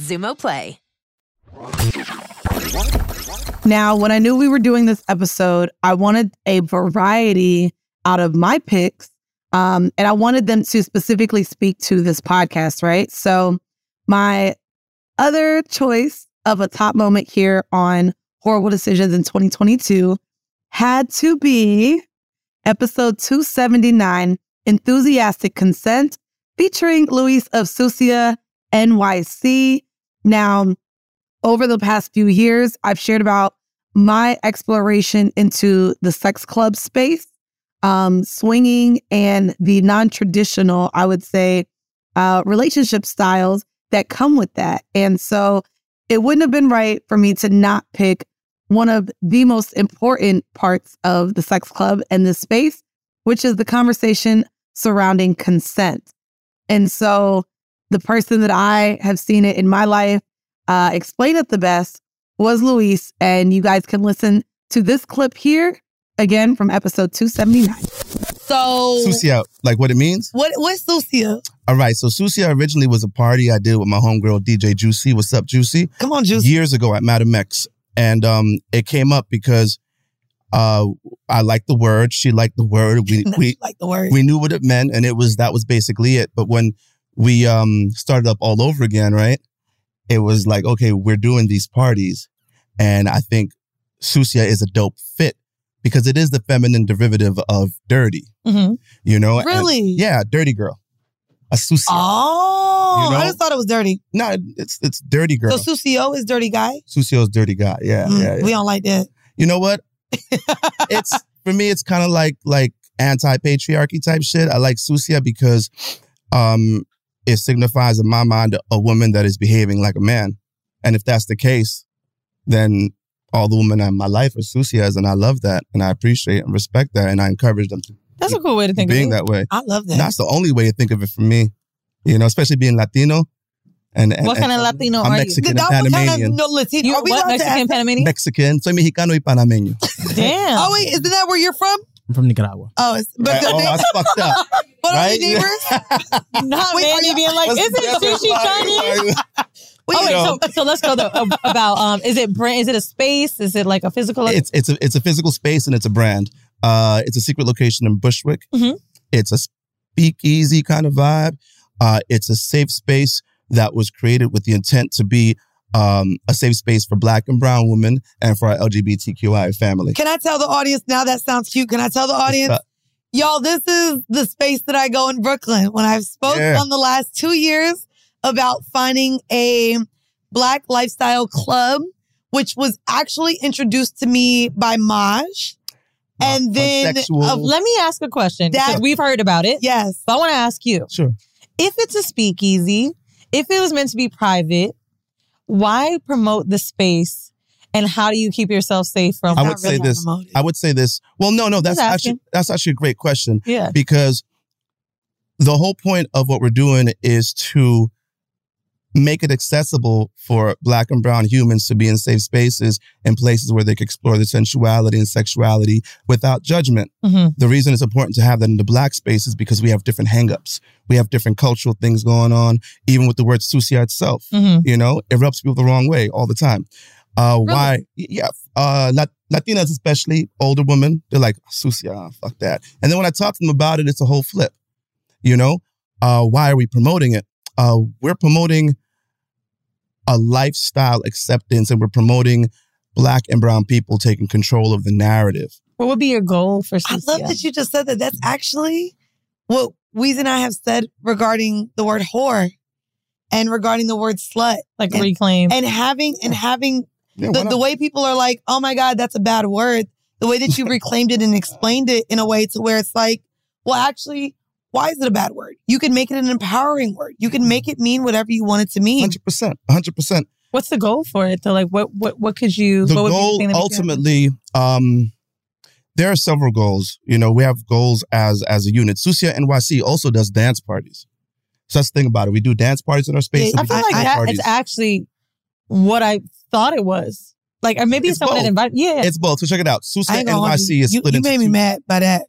T: Zumo Play.
D: Now, when I knew we were doing this episode, I wanted a variety out of my picks. Um, and I wanted them to specifically speak to this podcast, right? So, my other choice of a top moment here on horrible decisions in 2022 had to be episode 279 Enthusiastic Consent featuring Luis of Sucia NYC. Now, over the past few years, I've shared about my exploration into the sex club space, um, swinging, and the non traditional, I would say, uh, relationship styles that come with that. And so it wouldn't have been right for me to not pick one of the most important parts of the sex club and this space, which is the conversation surrounding consent. And so the person that I have seen it in my life uh, explain it the best was Luis. And you guys can listen to this clip here again from episode 279.
K: So
R: Susia, like what it means?
K: What what's Lucia?
R: All right, so Susia originally was a party I did with my homegirl DJ Juicy. What's up, Juicy?
K: Come on, Juicy.
R: Years ago at Madam X. And um, it came up because uh, I liked the word. She liked the word. We we
K: like the word.
R: we knew what it meant, and it was that was basically it. But when we um started up all over again, right? It was like, okay, we're doing these parties, and I think Susia is a dope fit because it is the feminine derivative of dirty.
E: Mm-hmm.
R: You know, And-
E: Really?
R: yeah, dirty girl, a sucio.
E: Oh,
R: You know?
E: I just thought it was dirty.
R: No, it's it's dirty girl.
E: So Susio is dirty guy.
R: Sucio's dirty guy. Yeah,
E: Mm,
R: yeah, yeah.
E: We don't like that.
R: you know what? it's for me. It's kind of like like anti patriarchy type shit. I like sucia because um, it signifies in my mind a woman that is behaving like a man, and if that's the case, then all the women in my life are sucias, and I love that, and I appreciate and respect that, and I encourage them to
E: That's a cool way to think
R: being
E: of it.
R: that way.
E: I love that.
R: That's the only way to think of it for me, you know, especially being Latino. And, and
E: What kind of
R: and-
E: Latino
R: I'm
E: are you?
R: Mexican
E: Did
R: and
E: that- what kind of-
R: Panamanian.
E: no, Latino-
R: You
E: are we
R: what,
E: allowed to
R: Mexican,
E: ask that?
R: Panamanian? Mexican. Soy mexicano y panameño.
E: Damn. Oh wait, isn't that where you're from?
U: I'm from Nicaragua.
E: Oh, it's, but
R: Right.
E: the
R: Oh,
E: name-
R: I fucked up.
E: But are
R: Right?
E: we neighbors? Not Manny being like,
R: Let's-
E: isn't
R: let's-
E: sushi Chinese?
R: you
E: Oh,
R: know.
E: wait,
R: so-
E: so, so let's go though, about um, is it brand? Is it a space? Is it like a physical?
R: It's it's a it's a physical space and it's a brand. Uh, it's a secret location in Bushwick.
E: Mm-hmm.
R: It's a speakeasy kind of vibe. Uh, it's a safe space that was created with the intent to be um, a safe space for Black and Brown women and for our LGBTQI family. uh,
D: Can I tell the audience now? That sounds cute. Can I tell the audience?
R: up?
D: Y'all, this is the space that I go in Brooklyn. When I've spoke
R: Yeah.
D: on the last two years about finding a black lifestyle club, which was actually introduced to me by Maj. And then um,
E: Uh, let me ask a question.
D: That-
E: 'cause we've heard about it.
D: Yes.
E: But I want to ask you.
R: Sure.
E: If it's a speakeasy, if it was meant to be private, why promote the space and how do you keep yourself safe from
R: I would say this. I would say this. Well, no, no, that's
E: Just
R: actually
E: asking.
R: that's actually a great question.
E: Yeah.
R: Because the whole point of what we're doing is to make it accessible for black and brown humans to be in safe spaces and places where they can explore their sensuality and sexuality without judgment.
E: Mhm.
R: The reason it's important to have that in the black space is because we have different hangups. We have different cultural things going on, even with the word sucia itself.
E: Mhm.
R: You know, it rubs people the wrong way all the time. Uh, Why? Yeah. Uh, Lat- Latinas, especially older women, they're like, sucia, ah, fuck that. And then when I talk to them about it, it's a whole flip. You know, uh, why are we promoting it? Uh, we're promoting a lifestyle acceptance and we're promoting black and brown people taking control of the narrative.
E: What would be your goal for
D: I love
E: CCF?
D: that you just said that. That's actually what Weez and I have said regarding the word whore and regarding the word slut.
E: Like
D: and,
E: reclaim.
D: And having and having
E: Yeah, why
D: the,
E: not?
D: the way people are like, oh my God, that's a bad word. The way that you reclaimed it and explained it in a way to where it's like, well, actually, why is it a bad word? You can make it an empowering word. You
E: Mm.
D: can make it mean whatever you want it to mean.
R: 100%. 100%.
E: What's the goal for it though? Like what what what could you
R: the
E: what would
R: goal
E: be the thing that would you-
R: ultimately um there are several goals you know we have goals as as a unit susia nyc also does dance parties so that's the thing about it we do dance parties in our space and
E: I
R: we
E: feel
R: do
E: like
R: pool
E: that it's actually what I thought it was. Like or maybe it's someone that invited yeah.
R: it's both so check it out
E: I
R: susia
E: ain't gonna hold
R: nyc is
D: you,
R: split
D: you
R: into
D: made me
R: two-
D: mad by that.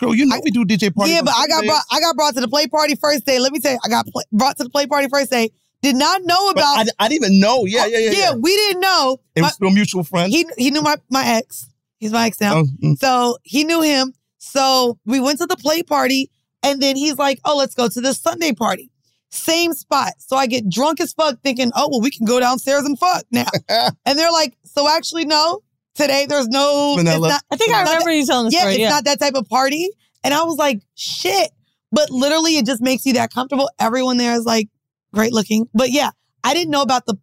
R: girl you know we do dj parties
D: Yeah,
R: on
D: but I got
R: Sundays.
D: brought. I got brought to the play party first day. Let me tell you, I got pl- brought to the play party first day. Did not know about.
R: I, I didn't even know. Yeah, yeah, yeah,
D: Yeah,
R: yeah.
D: we didn't know.
R: it was through a mutual friend
D: He he knew my my ex. He's my ex now.
R: Oh,
D: So he knew him. So we went to the play party, and then he's like, "Oh, let's go to this Sunday party." Same spot. So I get drunk as fuck, thinking, "Oh well, we can go downstairs and fuck now." and they're like, "So actually, no. Today there's no." it's
E: Vanilla.
D: not-
E: I think I
D: it's not
E: remember
D: that-
E: you telling the
D: yeah,
E: story,
D: It's
E: yeah.
D: not that type of party. And I was like, "Shit!" But literally, it just makes you that comfortable. Everyone there is like great looking. But yeah, I didn't know about the.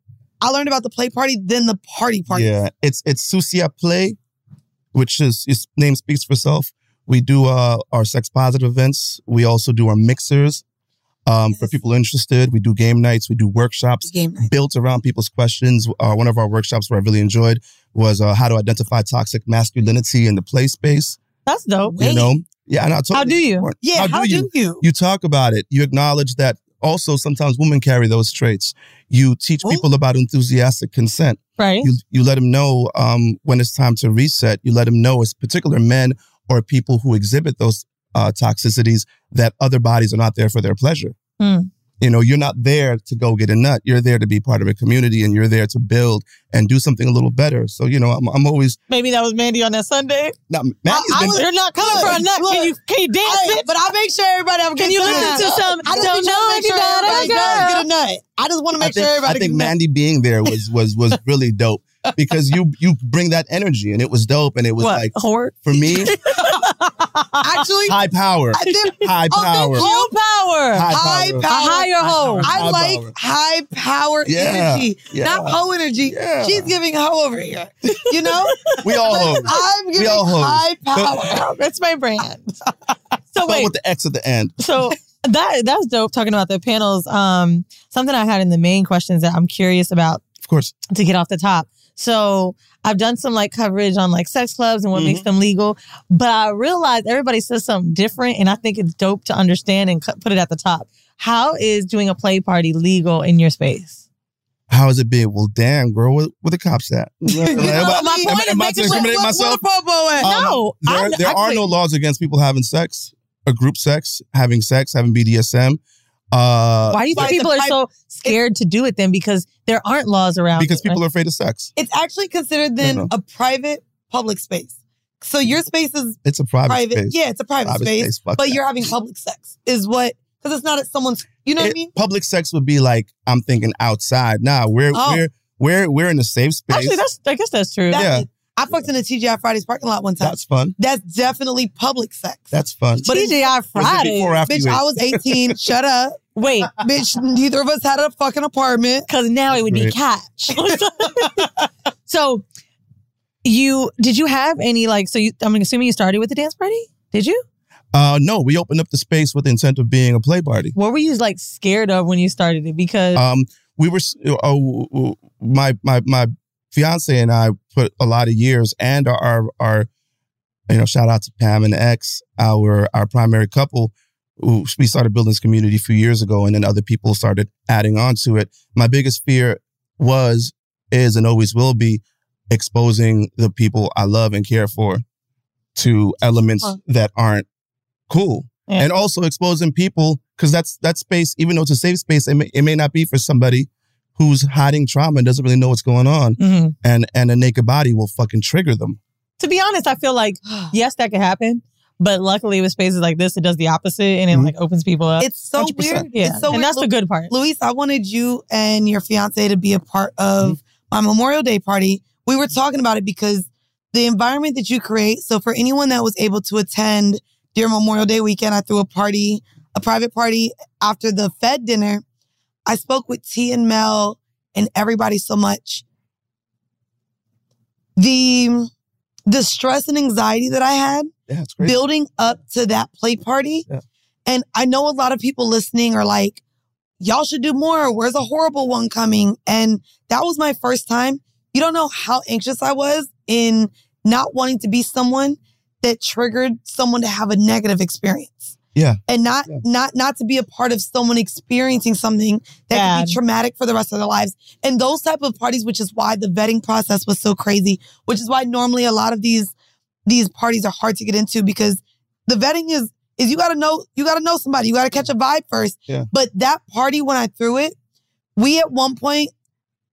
D: I learned about the play party, then the party party.
R: Yeah, it's it's Sucia Play, which is its name speaks for itself. We do uh, our sex positive events. We also do our mixers um, for people interested. We do game nights. We do workshops built around people's questions. Uh, one of our workshops where I really enjoyed was uh, how to identify toxic masculinity in the play space.
E: That's dope.
R: You know, yeah. And I told
E: How do you?
R: before.
E: Yeah, how do
R: you? You talk about it. You acknowledge that. Also, sometimes women carry those traits. You teach people about enthusiastic consent.
E: Oh. Right.
R: You you let them know um, when it's time to reset. You let them know it's particular men or people who exhibit those uh, toxicities that other bodies are not there for their pleasure.
E: Mm.
R: You know, you're not there to go get a nut. You're there to be part of a community, and you're there to build and do something a little better. So you know, I'm, I'm always
E: Maybe that was Mandy on that Sunday.
R: not. Maggie's
E: I
R: been-
E: was- you're not coming for a nut. Can you can you dance
D: Hey,
E: it?
D: But I make sure everybody have a
E: Can
D: good
E: you
D: time.
E: listen to some-
D: I just
E: don't
D: be trying
E: know
D: to make sure
E: anybody,
D: everybody
E: girl.
D: does get a nut. I just want to
R: I
D: make
R: think,
D: sure
R: I
D: everybody.
R: think
D: gets a nut.
R: Mandy being there was was was really dope. because you you bring that energy and it was dope and it was
E: What,
R: like
E: whore?
R: for me
E: Actually,
R: high power
E: I did-
R: high
E: Oh,
R: power
E: thank you. power.
R: High power.
E: A higher hoe.
R: High
E: I
R: power.
E: like
D: high power
R: Yeah.
D: energy,
R: Yeah.
D: not hoe energy.
R: Yeah.
D: She's giving hoe over here. You know,
R: we all hoes
D: I'm giving
R: we all hoes
D: high power.
E: power. That's my brand.
R: so wait with the X at the end
E: So that that was dope talking about the panels. Um, something I had in the main questions that I'm curious about.
R: Of course.
E: To get off the top. So I've done some like coverage on like sex clubs and what
R: Mm-hmm.
E: makes them legal, but I realized everybody says something different, and I think it's dope to understand and cu- put it at the top. How is doing a play party legal in your space?
R: how is it big well damn girl where, where the cops at Am I- am
E: know,
R: I-
E: my
R: am I-
E: point is
R: am I
E: making
R: to discriminate
E: sure- what-
R: myself
E: what the Bobo at?
R: Um,
E: No,
R: there,
E: I'm-
R: there are no
E: actually-
R: laws against people having sex a group sex having sex having BDSM uh
E: Why do you think people are so scared to do it then? Because there aren't laws around.
R: Um, because
E: it, right?
R: people are afraid of sex
D: It's actually considered then
R: No, no.
D: a private public space. So your space is
R: it's a private,
D: private.
R: space
D: Yeah, it's a private, space,
R: fuck
D: but
R: that.
D: you're having public sex is what because it's not at someone's. You know what I
R: It-
D: mean?
R: Public sex would be like I'm thinking outside. Nah, we're
D: Oh.
R: we're we're we're in a safe space.
E: Actually, that's I guess that's true.
D: That
R: yeah,
D: is- I fucked in a TGI Fridays parking lot one time.
R: that's fun.
D: That's definitely public sex.
R: That's fun.
D: But it's-
E: TGI Fridays.
R: before or after
D: bitch,
R: you ate?
D: I was 18. Shut up.
E: Wait,
D: bitch, neither of us had a fucking apartment.
E: Cause now it would be
D: Great.
E: catch. so you did you have any like so you I'm assuming you started with the dance party? Did you?
R: uh, no, we opened up the space with the intent of being a play party.
E: What were you like scared of when you started it? Because
R: Um, we were s- uh, w- w- my my my fiance and I put a lot of years and our our, our you know shout out to Pam and X our our primary couple. who- We started building this community a few years ago, and then other people started adding on to it. My biggest fear was, is, and always will be exposing the people I love and care for to elements
V: Huh.
R: that aren't cool
V: Yeah.
R: and also exposing people because that's that space even though it's a safe space it may, it may not be for somebody who's hiding trauma and doesn't really know what's going on
E: Mhm.
R: and and a naked body will fucking trigger them
E: to be honest, I feel like yes, that could happen. But luckily with spaces like this, it does the opposite and it like opens people up.
D: Mm-hmm. It's so weird.
E: Yeah.
D: It's so
E: and
D: weird.
E: that's the
D: Lu-
E: good part.
D: Luis, I wanted you and your fiance to be a part
E: Mm-hmm.
D: of my Memorial Day party. We were talking about it because the environment that you create. So for anyone that was able to attend during Memorial Day weekend, I threw a party, a private party after the Fed dinner. I spoke with T and Mel and everybody so much. The the stress and anxiety that I had
R: yeah, it's
D: building up to that play party. And I know a lot of people listening are like, y'all should do more. Where's a horrible one coming? And that was my first time. You don't know how anxious I was in not wanting to be someone that triggered someone to have a negative experience
R: yeah
D: and not not not to be a part of someone experiencing something that could be traumatic for the rest of their lives and those type of parties which is why the vetting process was so crazy which is why normally a lot of these these parties are hard to get into because the vetting is is you got to know you got to know somebody you got to catch a vibe first
R: Yeah.
D: but that party when i threw it we at one point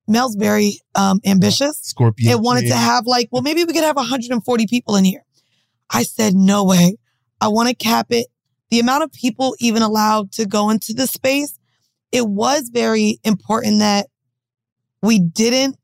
D: mel's very um ambitious
R: Scorpio
D: and wanted to
R: king.
D: have like well maybe we could have 140 people in here I said, no way. I want to cap it. The amount of people even allowed to go into the space, it was very important that we didn't,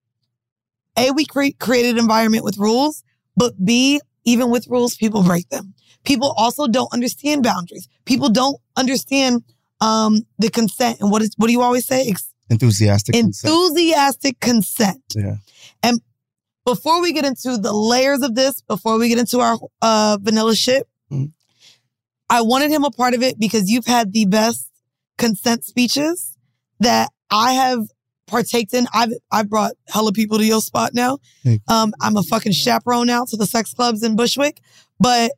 D: A, we cre- created an environment with rules, but B, even with rules, people break them. People also don't understand boundaries. People don't understand um, the consent. And what is, what do you always say? Ex-
R: enthusiastic consent.
D: enthusiastic consent.
R: yeah
D: And before we get into the layers of this, before we get into our uh, vanilla shit, I wanted him a part of it because you've had the best consent speeches that I have partaked in. I've I've brought hella people to your spot now.
R: Thank
D: Um, I'm a fucking chaperone now to the sex clubs in Bushwick. But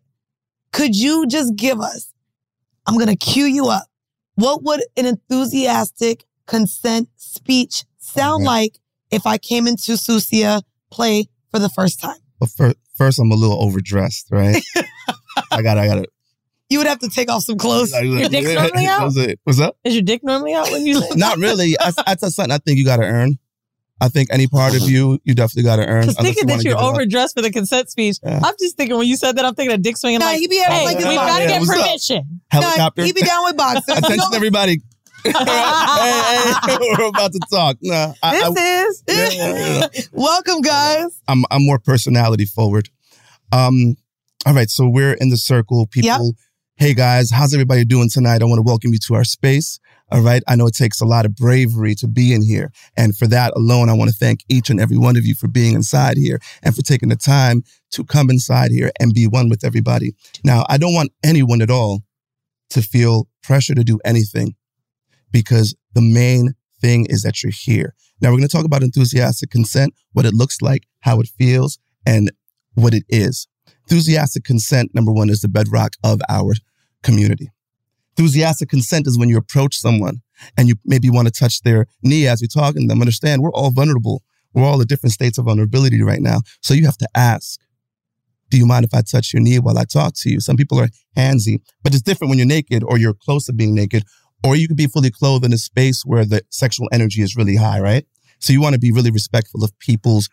D: could you just give us? I'm gonna cue you up. What would an enthusiastic consent speech sound
R: Mm-hmm.
D: like if I came into Susia play for the first time?
R: but first, first i'm a little overdressed right i gotta i gotta
D: You would have to take off some clothes.
R: That was it. what's up
E: Is your dick normally out when you
R: not really I, that's just something i think you gotta earn i think any part of you you definitely gotta earn
E: Because
R: unless
E: Uh-huh. thinking
R: you wanna
E: that you're
R: give it up.
E: overdressed for the consent speech, I'm just thinking when you said that, I'm thinking of dick swinging.
D: Nah,
E: like,
D: he be acting
E: hey,
D: like his
E: we
D: mom.
E: gotta
D: Yeah,
E: get
D: what's up?
E: permission.
R: helicopter
D: He be down with boxers.
R: attention everybody hey, hey, we're about to talk. Nah, I,
D: this is
R: Yeah, yeah.
D: welcome, guys.
R: I'm I'm more personality forward. Um, all right, so we're in the circle, people. Hey guys, how's everybody doing tonight? I want to welcome you to our space. All right, I know it takes a lot of bravery to be in here, and for that alone, I want to thank each and every one of you for being inside here and for taking the time to come inside here and be one with everybody. Now, I don't want anyone at all to feel pressure to do anything because the main thing is that you're here. Now we're going to talk about enthusiastic consent, what it looks like, how it feels, and what it is. Enthusiastic consent, number one, is the bedrock of our community. Enthusiastic consent is when you approach someone and you maybe want to touch their knee as you're talking to them. Understand, we're all vulnerable. We're all at different states of vulnerability right now. So you have to ask, do you mind if I touch your knee while I talk to you? Some people are handsy, but it's different when you're naked or you're close to being naked, or you could be fully clothed in a space where the sexual energy is really high, right? So you want to be really respectful of people's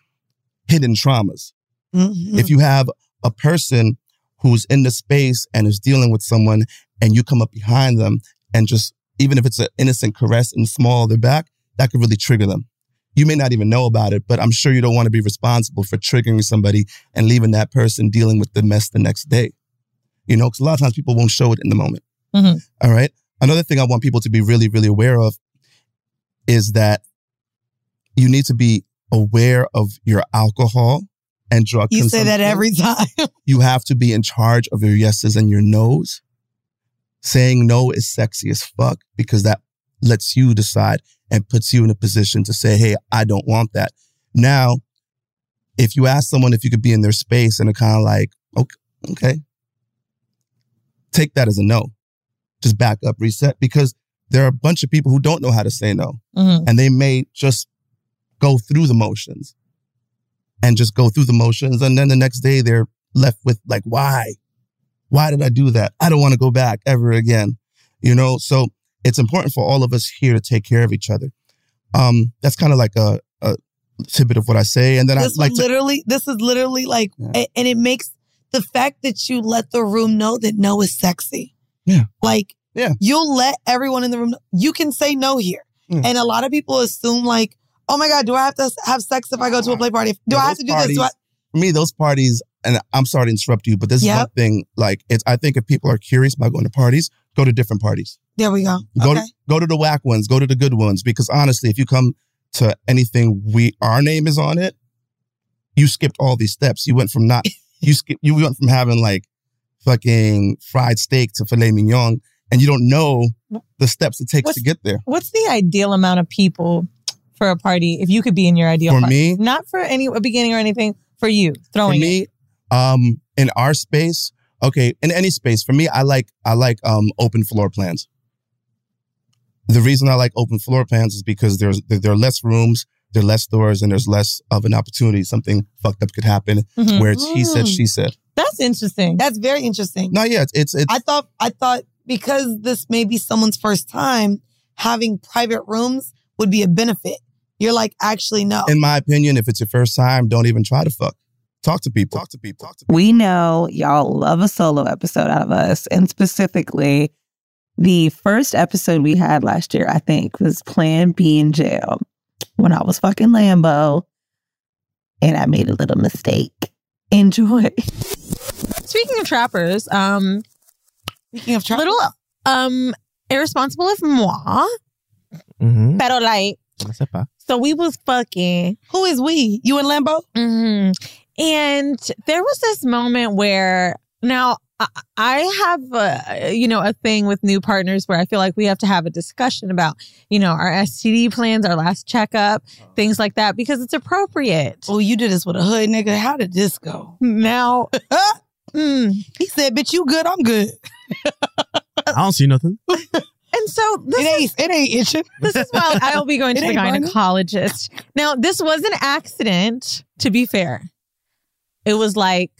R: hidden traumas. If you have a person who's in the space and is dealing with someone and you come up behind them and just, even if it's an innocent caress and small on their back, that could really trigger them. You may not even know about it, but I'm sure you don't want to be responsible for triggering somebody and leaving that person dealing with the mess the next day. You know, because a lot of times people won't show it in the moment. All right. Another thing I want people to be really, really aware of is that you need to be aware of your alcohol and drug
D: You say
R: consumption.
D: that every time.
R: You have to be in charge of your yeses and your nos. Saying no is sexy as fuck because that lets you decide and puts you in a position to say, hey, I don't want that. Now, if you ask someone if you could be in their space and they're kind of like, okay, okay, take that as a no. Just back up, reset, because there are a bunch of people who don't know how to say no.
S: Mhm.
R: And they may just go through the motions and just go through the motions. And then the next day they're left with like, why? Why did I do that? I don't want to go back ever again. You know, so it's important for all of us here to take care of each other. Um, that's kind of like a, a tidbit of what I say. And then
D: this
R: I like to,
D: literally, this is literally like, a- and it makes the fact that you let the room know that no is sexy.
R: Yeah.
D: Like,
R: yeah,
D: you'll let everyone in the room. know You can say no here,
R: Yeah.
D: and a lot of people assume like, oh my god, do I have to have sex if I go to a play party? Do I have to do this? Do I-
R: parties- For me, those parties, and I'm sorry to interrupt you, but this
D: Yep.
R: is one thing. Like, it's I think if people are curious about going to parties, go to different parties.
D: there we go.
R: Go to go to the whack ones, go to the good ones, because honestly, if you come to anything we our name is on it, you skipped all these steps. You went from not you skip you went from having like fucking fried steak to filet mignon, and you don't know the steps it takes to get there.
E: What's the ideal amount of people for a party if you could be in your ideal
R: For
E: party?
R: me?
E: Not for any a beginning or anything, for you
R: for
E: throwing it.
R: me um in our space okay in any space for me i like i like um open floor plans the reason i like open floor plans is because there's there, there are less rooms there are less doors and there's less of an opportunity something fucked up could happen
D: Mhm.
R: where it's he said
D: Mm.
R: she said
E: That's interesting.
D: That's very interesting.
R: No, yeah, it's, it's,
D: I thought I thought because this may be someone's first time having private rooms would be a benefit. You're like, actually, no.
R: in my opinion if it's your first time don't even try to fuck talk to people talk to people talk to
W: We know y'all love a solo episode out of us, and specifically, the first episode we had last year, I think, was Plan B in jail when I was fucking Lambo, and I made a little mistake. Enjoy.
E: Speaking of trappers, um,
D: speaking of
E: trappers, little um, irresponsible of moi,
X: Mm-hmm.
E: pero like, so we was fucking.
D: Who is we? You and Lambo?
E: hmm And there was this moment where now I, I have a, you know a thing with new partners where I feel like we have to have a discussion about you know our STD plans, our last checkup, things like that because it's appropriate.
D: Oh, you did this with a hood nigga. How did this go?
E: Now,
D: mm, he said, "Bitch, you good? I'm good."
G: I don't see nothing.
E: And so this
D: it ain't it ain't itching.
E: This is why I'll be going to
D: It
E: the
D: ain't burning.
E: gynecologist. Now, this was an accident, to be fair. It was like,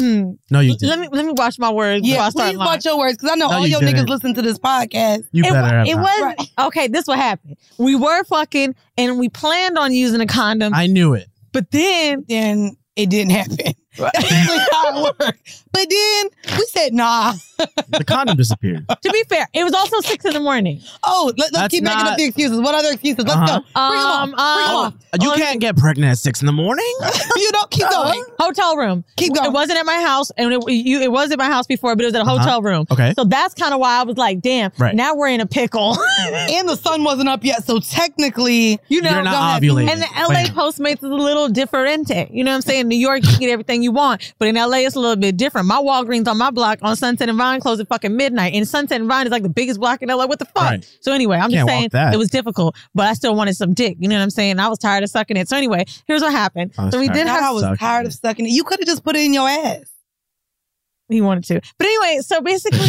E: mm,
G: No, you
E: let me let me watch my words.
D: Yeah,
E: before I start
D: please
E: lying.
D: watch your words because I know
E: No,
D: all
E: you
D: your
E: didn't.
D: niggas listen to this podcast.
G: You
E: it,
G: better
E: wa-
G: have
E: it
G: not.
E: was okay. This what happened. We were fucking, and we planned on using a condom.
G: I knew it.
E: But then,
D: then it didn't happen. That's basically how it worked. But then we said, nah.
G: The condom disappeared.
E: to be fair, it was also six in the morning.
D: Oh, let, us
G: That's
D: keep making
G: not-
D: up the excuses. What other excuses? Let's
G: Uh-huh.
D: go. Bring 'em up. Bring
E: Um,
D: 'em up.
E: um,
G: You can't get pregnant at six in the morning.
D: you don't keep going.
E: Uh-huh. hotel room.
D: Keep going.
E: It wasn't at my house, and it, you, it was at my house before, but it was at a
G: Uh-huh.
E: hotel room.
G: Okay.
E: So that's kind of why I was like, damn,
G: Right.
E: now we're in a pickle.
D: and the sun wasn't up yet, so technically,
E: you know,
G: You're not
E: don't have-
G: ovulating.
E: and the LA
G: Bam.
E: Postmates is a little differente. You know what I'm saying? New York, you can get everything you want, but in LA, it's a little bit different. My Walgreens on my block on Sunset and Vine closed at fucking midnight, and Sunset and Vine is like the biggest block in LA. What the fuck?
G: Right.
E: So anyway, I'm
G: Can't
E: just
G: walk
E: saying
G: that.
E: it was difficult, but I still wanted some dick. You know what I'm saying? I was tired of sucking it. So anyway, here's what happened.
G: I was
E: so we
G: tired
E: did
G: of
E: have
D: I was
G: Sucking
D: tired of sucking it. You could have just put it in your ass.
E: he wanted to. But anyway, so basically,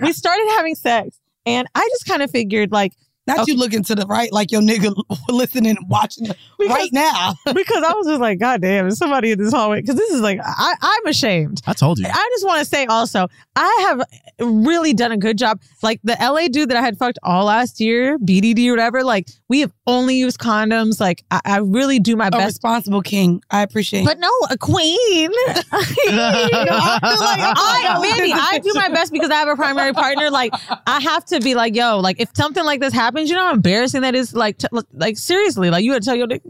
E: we started having sex, and I just kind of figured like
D: Not you looking to the right, like your nigga listening and watching
E: Because-
D: right now.
E: because I was just like, God damn, there's somebody in this hallway because this is like I, I'm ashamed.
G: I told you.
E: I just want to say also, I have really done a good job. Like the LA dude that I had fucked all last year, BDD or whatever. Like we have only used condoms. Like I, I really do my
D: A
E: best.
D: responsible king. I appreciate
E: But no, a queen.
D: I feel like I'm
E: I,
D: like,
E: Mandy,
D: oh,
E: I do my best because I have a primary partner. Like, I have to be like, yo, like if something like this happens, you know how embarrassing that is. Like, t- like seriously, like you would tell your dick.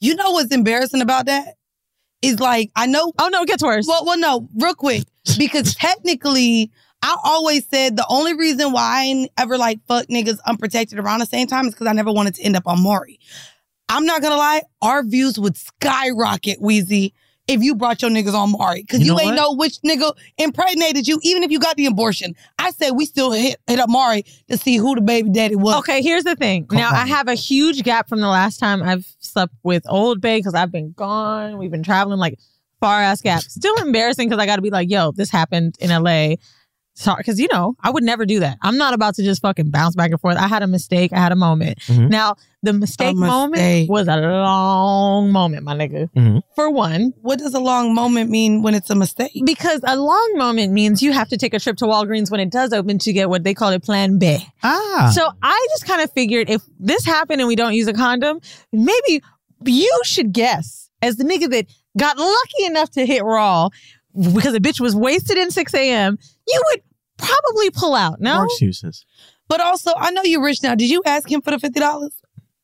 D: You know what's embarrassing about that? Is like, I know.
E: Oh, no, it gets worse.
D: Well, well, no, real quick. Because technically, I always said the only reason why I ain't ever like fuck niggas unprotected around the same time is because I never wanted to end up on Maury. I'm not gonna lie, our views would skyrocket, Wheezy, if you brought your niggas on Maury. Cause
G: You
D: you,
G: know what?
D: ain't know which nigga impregnated you, even if you got the abortion. I said we still hit, hit up Maury to see who the baby daddy was.
E: Okay, here's the thing. now I have a huge gap from the last time I've slept with Old Bay because I've been gone. We've been traveling like far ass gap. Still embarrassing because I got to be like, yo, this happened in LA. Sorry, because you know I would never do that. I'm not about to just fucking bounce back and forth. I had a mistake. I had a moment.
G: Mhm.
E: Now the mistake, moment
D: Mm-hmm. mistake.
E: was a long moment, my nigga.
G: Mhm.
E: For one,
D: What does a long moment mean when it's a mistake?
E: because a long moment means you have to take a trip to Walgreens when it does open to get what they call it Plan B.
G: Ah.
E: So I just kind of figured if this happened and we don't use a condom, maybe you should guess as the nigga that got lucky enough to hit raw because a bitch was wasted in 6 a.m. You would probably pull out. No,
G: More excuses.
D: But also, I know you're rich now. Did you ask him for the fifty dollars?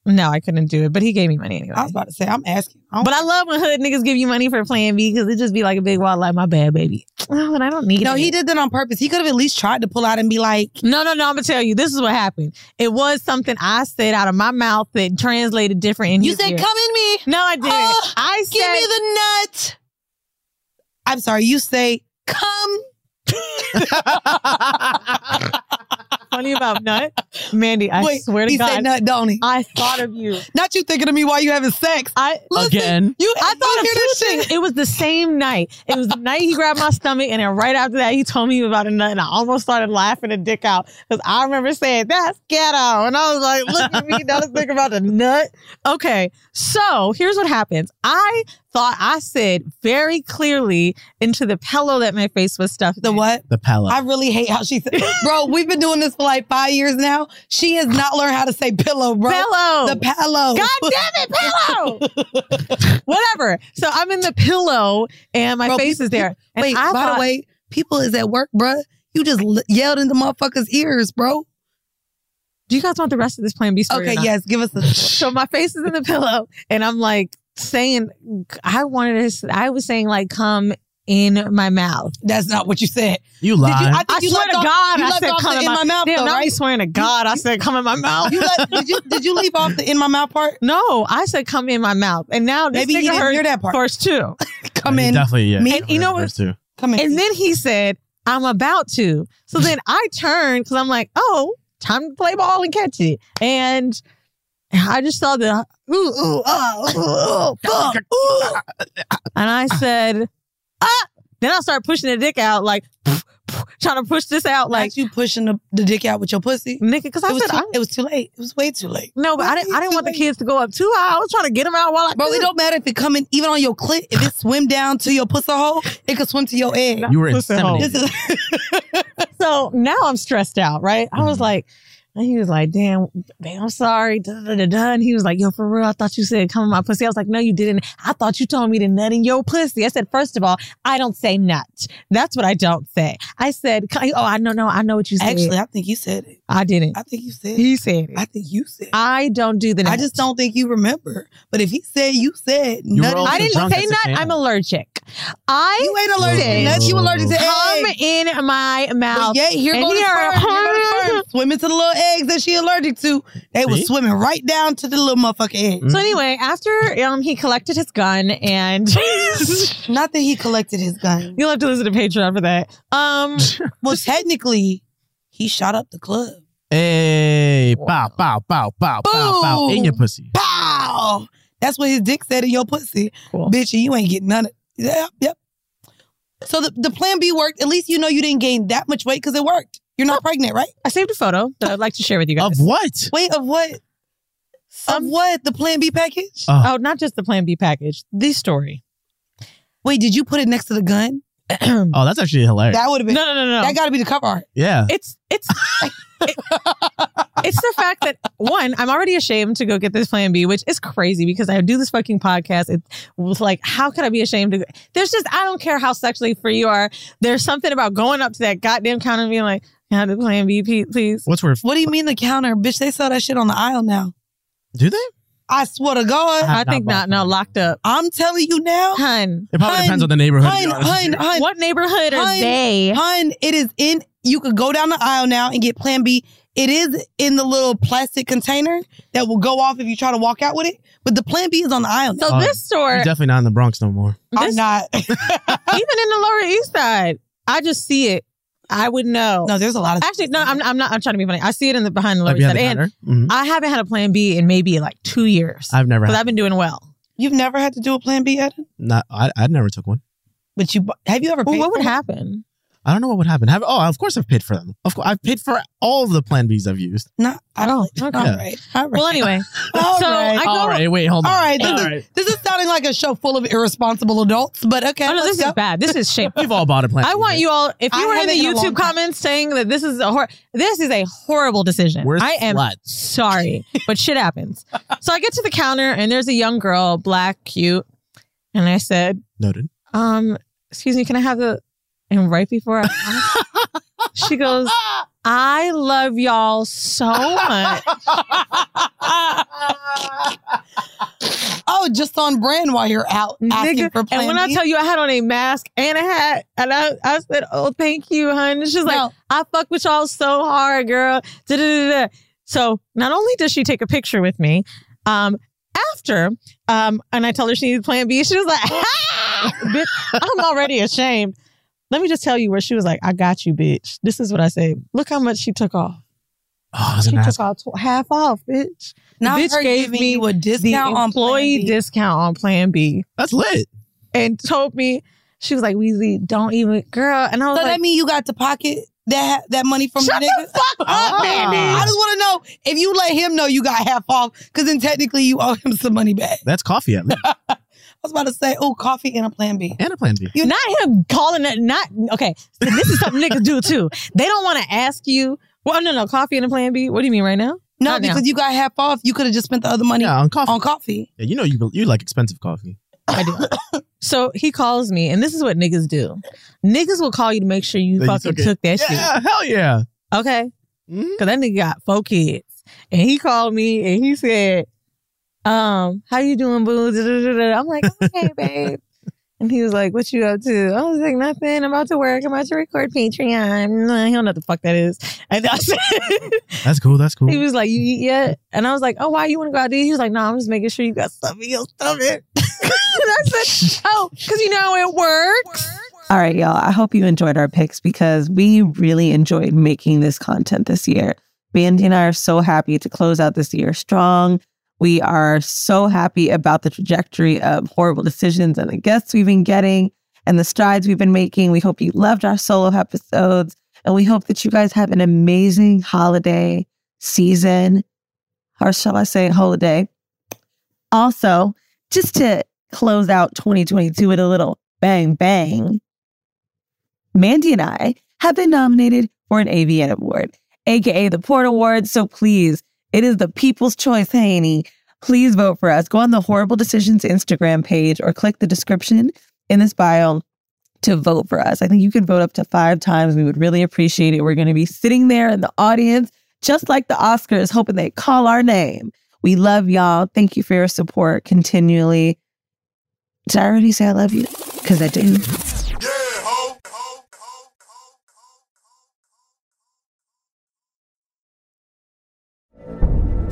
E: no, I couldn't do it, but he gave me money anyway.
D: I was about to say, I'm asking. I don't-
E: But I love when hood niggas give you money for Plan B because it just be like a big wild like my bad baby. Oh, and I don't need
D: no,
E: it.
D: he did that on purpose. He could have at least tried to pull out and be like,
E: No, no, no. I'm gonna tell you. This is what happened. It was something I said out of my mouth that translated different. In
D: "You
E: his
D: said
E: ear.
D: come in me,
E: No, I didn't.
D: Oh,
E: I
D: give
E: said.
D: me the nut." I'm sorry. You say come.
E: funny about nut, Mandy. I
D: Wait,
E: swear to
D: he said
E: God,
D: nut, don't he?
E: I thought of you.
D: Not you thinking of me while you having sex.
E: I
D: Listen,
G: Again.
D: You,
E: I thought of
D: hear
E: two
D: this
E: things.
D: shit.
E: It was the same night. It was the night he grabbed my stomach, and then right after that, he told me about a nut, and I almost started laughing a dick out because I remember saying that's ghetto, and I was like, "Look at me, now let's think about the nut." Okay, so here's what happens. I thought I said very circly into the pillow that my face was stuffed.
D: The
E: in.
D: what?
G: The pillow.
D: I really hate how she said, bro. We've been doing this for like five years now. She has not learned how to say pillow, bro.
E: pillow?
D: The pillow.
E: God damn it, pillow! Whatever. So I'm in the pillow and my
D: Bro,
E: face
D: people-
E: is there. And
D: Wait, by
E: I thought,
D: the way, people is at work, bruh. You just l- yelled into motherfuckers' ears, bro.
E: do you guys want the rest of this plan B story? or
D: Okay,
E: not?
D: yes, give us a.
E: So my face is in the pillow and I'm like saying, I wanted to, s- I was saying like, come in my mouth.
D: That's not what you said.
G: You
D: Did you,
G: lie.
D: I, think
E: I
D: you
E: swear
D: left
E: to
D: off-
E: God,
D: you
E: I
D: left
E: said
D: off
E: come
D: the
E: in
D: in
E: my,
D: mouth,
E: Damn,
D: though,
E: now I'm
D: right?
E: swearing to God, I said come in my mouth.
D: You left, did you did you leave off the in my mouth part?
E: No, I said come in my mouth. And now this
D: Maybe he
E: nigga
D: didn't
E: heard
D: hear that part.
E: first too.
D: Come
G: You
D: in,
G: Definitely, yeah.
D: Me-
G: I've
E: you know
G: heard
E: what-
G: hers too.
D: come in.
E: And then he said, I'm about to. So then I turned because I'm like, oh, time to play ball and catch it. And I just saw the ooh,
D: oh,
E: ooh, ah, ooh, ooh, fuck, ooh. And I said, ah. Then I started pushing the dick out, like, trying to push this out, like,
D: like you pushing the, the dick out with your pussy.
E: nigga, because I
D: it was
E: said,
D: too,
E: I,
D: it was too late. It was way too late.
E: no, but I didn't, I didn't want the kids to go up too high. I was trying to get them out while I
D: Bro, it
E: could.
D: don't matter if it coming even on your clit. If it swim down to your pussy hole, it could swim to your egg.
G: You were
E: Listen, hold.
G: inseminated.
D: This is Mm-hmm.
E: so now I'm stressed out, right? I was
G: Mhm.
E: like, And he was like, damn, babe, I'm sorry. Da, da, da, da. And he was like, yo, for real, I thought you said come in my pussy. I was like, no, you didn't. I thought you told me to nut in your pussy. I said, first of all, I don't say nut. That's what I don't say. I said, "C- oh, I know, no, I know what you said.
D: Actually, I think you said it.
E: I didn't.
D: I think you said
E: He said it.
D: I think you said
E: I don't do the nut.
D: I just don't think you remember. But if he said you said
E: You
D: nut,
E: I didn't say nut. I'm allergic. I
D: You ain't allergic to
E: said,
D: nuts, you allergic to
E: Come
D: eggs."
E: in my mouth.
D: But yeah, here
E: And
D: go the
E: here are-
D: sperm. Here go the sperm. Swimming to the little eggs that she allergic to. They was
E: See?
D: swimming right down to the little motherfucking eggs.
E: So anyway, after um, he collected his gun and
D: Not that he collected his gun.
E: you'll have to listen to Patreon for that. Um,
D: Well, technically, he shot up the club.
G: Hey, bow, bow, bow, bow, bow, bow, in your
D: Boom.
G: pussy.
D: Pow! Oh, That's what his dick said in your pussy.
E: Cool.
D: Bitch, and you ain't getting none of Yep, yep. So the, the plan B worked. At least you know you didn't gain that much weight because it worked. You're not pregnant, right?
E: Oh. I saved a photo that I'd like to share with you guys.
G: Of what?
D: Wait, of what? of what? The plan B package?
E: oh, not just the Plan B package. The story.
D: Wait, did you put it next to the gun?
G: Oh, that's actually hilarious.
D: That would have been.
E: No, no, no, no.
D: That got to be the cover art.
G: yeah.
E: It's it's it- it's the fact that one, I'm already ashamed to go get this plan B, which is crazy because I do this fucking podcast. It was like, how could I be ashamed to? go- There's just I don't care how sexually free you are. There's something about going up to that goddamn counter and being like, "Can I have the plan B, pe- please?"
G: What's worth?
D: What do you mean the counter? Bitch, they sell that shit on the aisle now.
G: Do they?
D: I swear to God.
E: I think not. No, locked up.
D: I'm telling you now.
E: Hun,
G: It probably
D: Hun,
G: depends on the neighborhood. to be
D: Hun,
G: honest with
D: hun,
G: you.
D: hun.
E: what neighborhood are
D: Hun,
E: they?
D: Hun, it is in. You could go down the aisle now and get Plan B. It is in the little plastic container that will go off if you try to walk out with it. But the Plan B is on the aisle. now.
E: So
G: Oh,
E: this store,
G: You're definitely not in the Bronx no more.
D: I'm
E: this-
D: not.
E: even in the Lower East Side, I just see it. I would know.
D: no, there's a lot of
E: Actually, no, I'm, I'm not. I'm trying to be funny. I see it in the behind the Lower
G: Like
E: East
G: behind
E: Side,
G: the
E: and
G: counter. Mhm.
E: I haven't had a plan B in maybe like two years.
G: I've never
E: But
G: had.
E: I've been doing well.
D: You've never had to do a Plan B, Adam?
G: Not. I. I never took one.
D: But you bu- have you ever?
E: Well,
D: paid
E: what would
D: for it?
E: happen?
G: I don't know what would happen. Have, oh, of course I've paid for them. Of course I've paid for all of the Plan B's I've used.
D: No, I don't.
E: Oh, okay.
D: All
G: Yeah.
D: right. All right.
E: Well, anyway,
D: All
E: so
D: right.
E: I go.
G: All right, wait, hold on.
D: All right, this,
G: All
D: is,
G: right.
D: this is sounding like a show full of irresponsible adults, but okay.
E: Oh no,
D: let's
E: this is
D: go.
E: bad. This is shameful.
G: We've all bought a Plan.
E: I
G: B,
E: want
G: right?
E: you all. If
D: I
E: you were in the
D: haven't in a long
E: YouTube
D: time.
E: comments saying that this is a hor- this is a horrible decision.
G: We're
E: I am
G: sluts.
E: sorry, but shit happens. So I get to the counter and there's a young girl, black, cute, and I said,
G: Noted.
E: um, excuse me, can I have the? And right before I asked, she goes, I love y'all so much.
D: Oh, just on brand while you're out asking
E: Nigga.
D: for Plan
E: and when I
D: B?
E: tell you I had on a mask and a hat, and I, I said, Oh, thank you, hun. And She's like,
D: No.
E: I fuck with y'all so hard, girl. Da-da-da-da. So not only does she take a picture with me, um, after, um, and I tell her she needs plan B, she was like, "Ah!" Bitch, I'm already ashamed. Let me just tell you where she was like, I got you, bitch. This is what I say. Look how much she took off.
G: Oh, I was
E: She
G: gonna ask.
E: took off tw- half off, bitch.
D: Now
E: bitch
D: her
E: gave
D: giving
E: me
D: you a
E: The
D: discount on Plan
E: employee
D: B.
E: discount on plan B
G: That's lit.
E: and told me she was like, "Weezy, don't even, girl." And I
D: So
E: was
D: that
E: like,
D: mean you got to pocket that that money from
E: Shut
D: the nigga? Oh,
E: "Fuck up,
D: I
E: baby."
D: just want to know if you let him know you got half off, because then technically you owe him some money back. I
G: That's coffee at least,
D: was about to say, oh, coffee and a Plan B.
G: and a Plan B.
E: Not him calling it. Not okay. So this is something niggas do too. They don't want to ask you. Well, no, no, coffee and a plan B. What do you mean right now?
D: No,
E: Not now.
D: because you got half off, you could have just spent the other money
G: Yeah, on coffee.
D: on coffee.
G: Yeah, you know you you like expensive coffee.
E: I do. so he calls me, and this is what niggas do. Niggas will call you to make sure you
G: That you
E: fucking
G: took it.
E: took, that
G: Yeah, hell yeah.
E: shit. Okay,
G: Mhm.
E: because that nigga got four kids, and he called me and he said, "Um, how you doing, boo?" Da-da-da-da. I'm like, "I'm "Okay, babe." And he was like, "What you up to?" I was like, "Nothing. I'm about to work. I'm about to record Patreon." Nah, He don't know what the fuck that is. And I said,
G: That's cool. That's cool.
E: He was like, "You eat yet?" And I was like, "Oh, why you want to go out to eat?" He was like, "No, I'm just making sure you got stuff in your stomach." and I said, "Oh, because you know it works."
I: All right, y'all. I hope you enjoyed our picks because we really enjoyed making this content this year. Bandy and I are so happy to close out this year strong. We are so happy about the trajectory of horrible decisions and the guests we've been getting and the strides we've been making. We hope you loved our solo episodes and we hope that you guys have an amazing holiday season, or shall I say, holiday. Also, just to close out 2022 with a little bang bang, Mandy and I have been nominated for an AVN award.
E: aka the Port Awards. So please, it is the people's choice, Haney. Please vote for us. Go on the Horrible Decisions Instagram page or click the description in this bio to vote for us. I think you can vote up to five times. We would really appreciate it. We're going to be sitting there in the audience, just like the Oscars, hoping they call our name. We love y'all. Thank you for your support continually. Did I already say I love you? Because I do.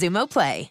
T: Zumo Play.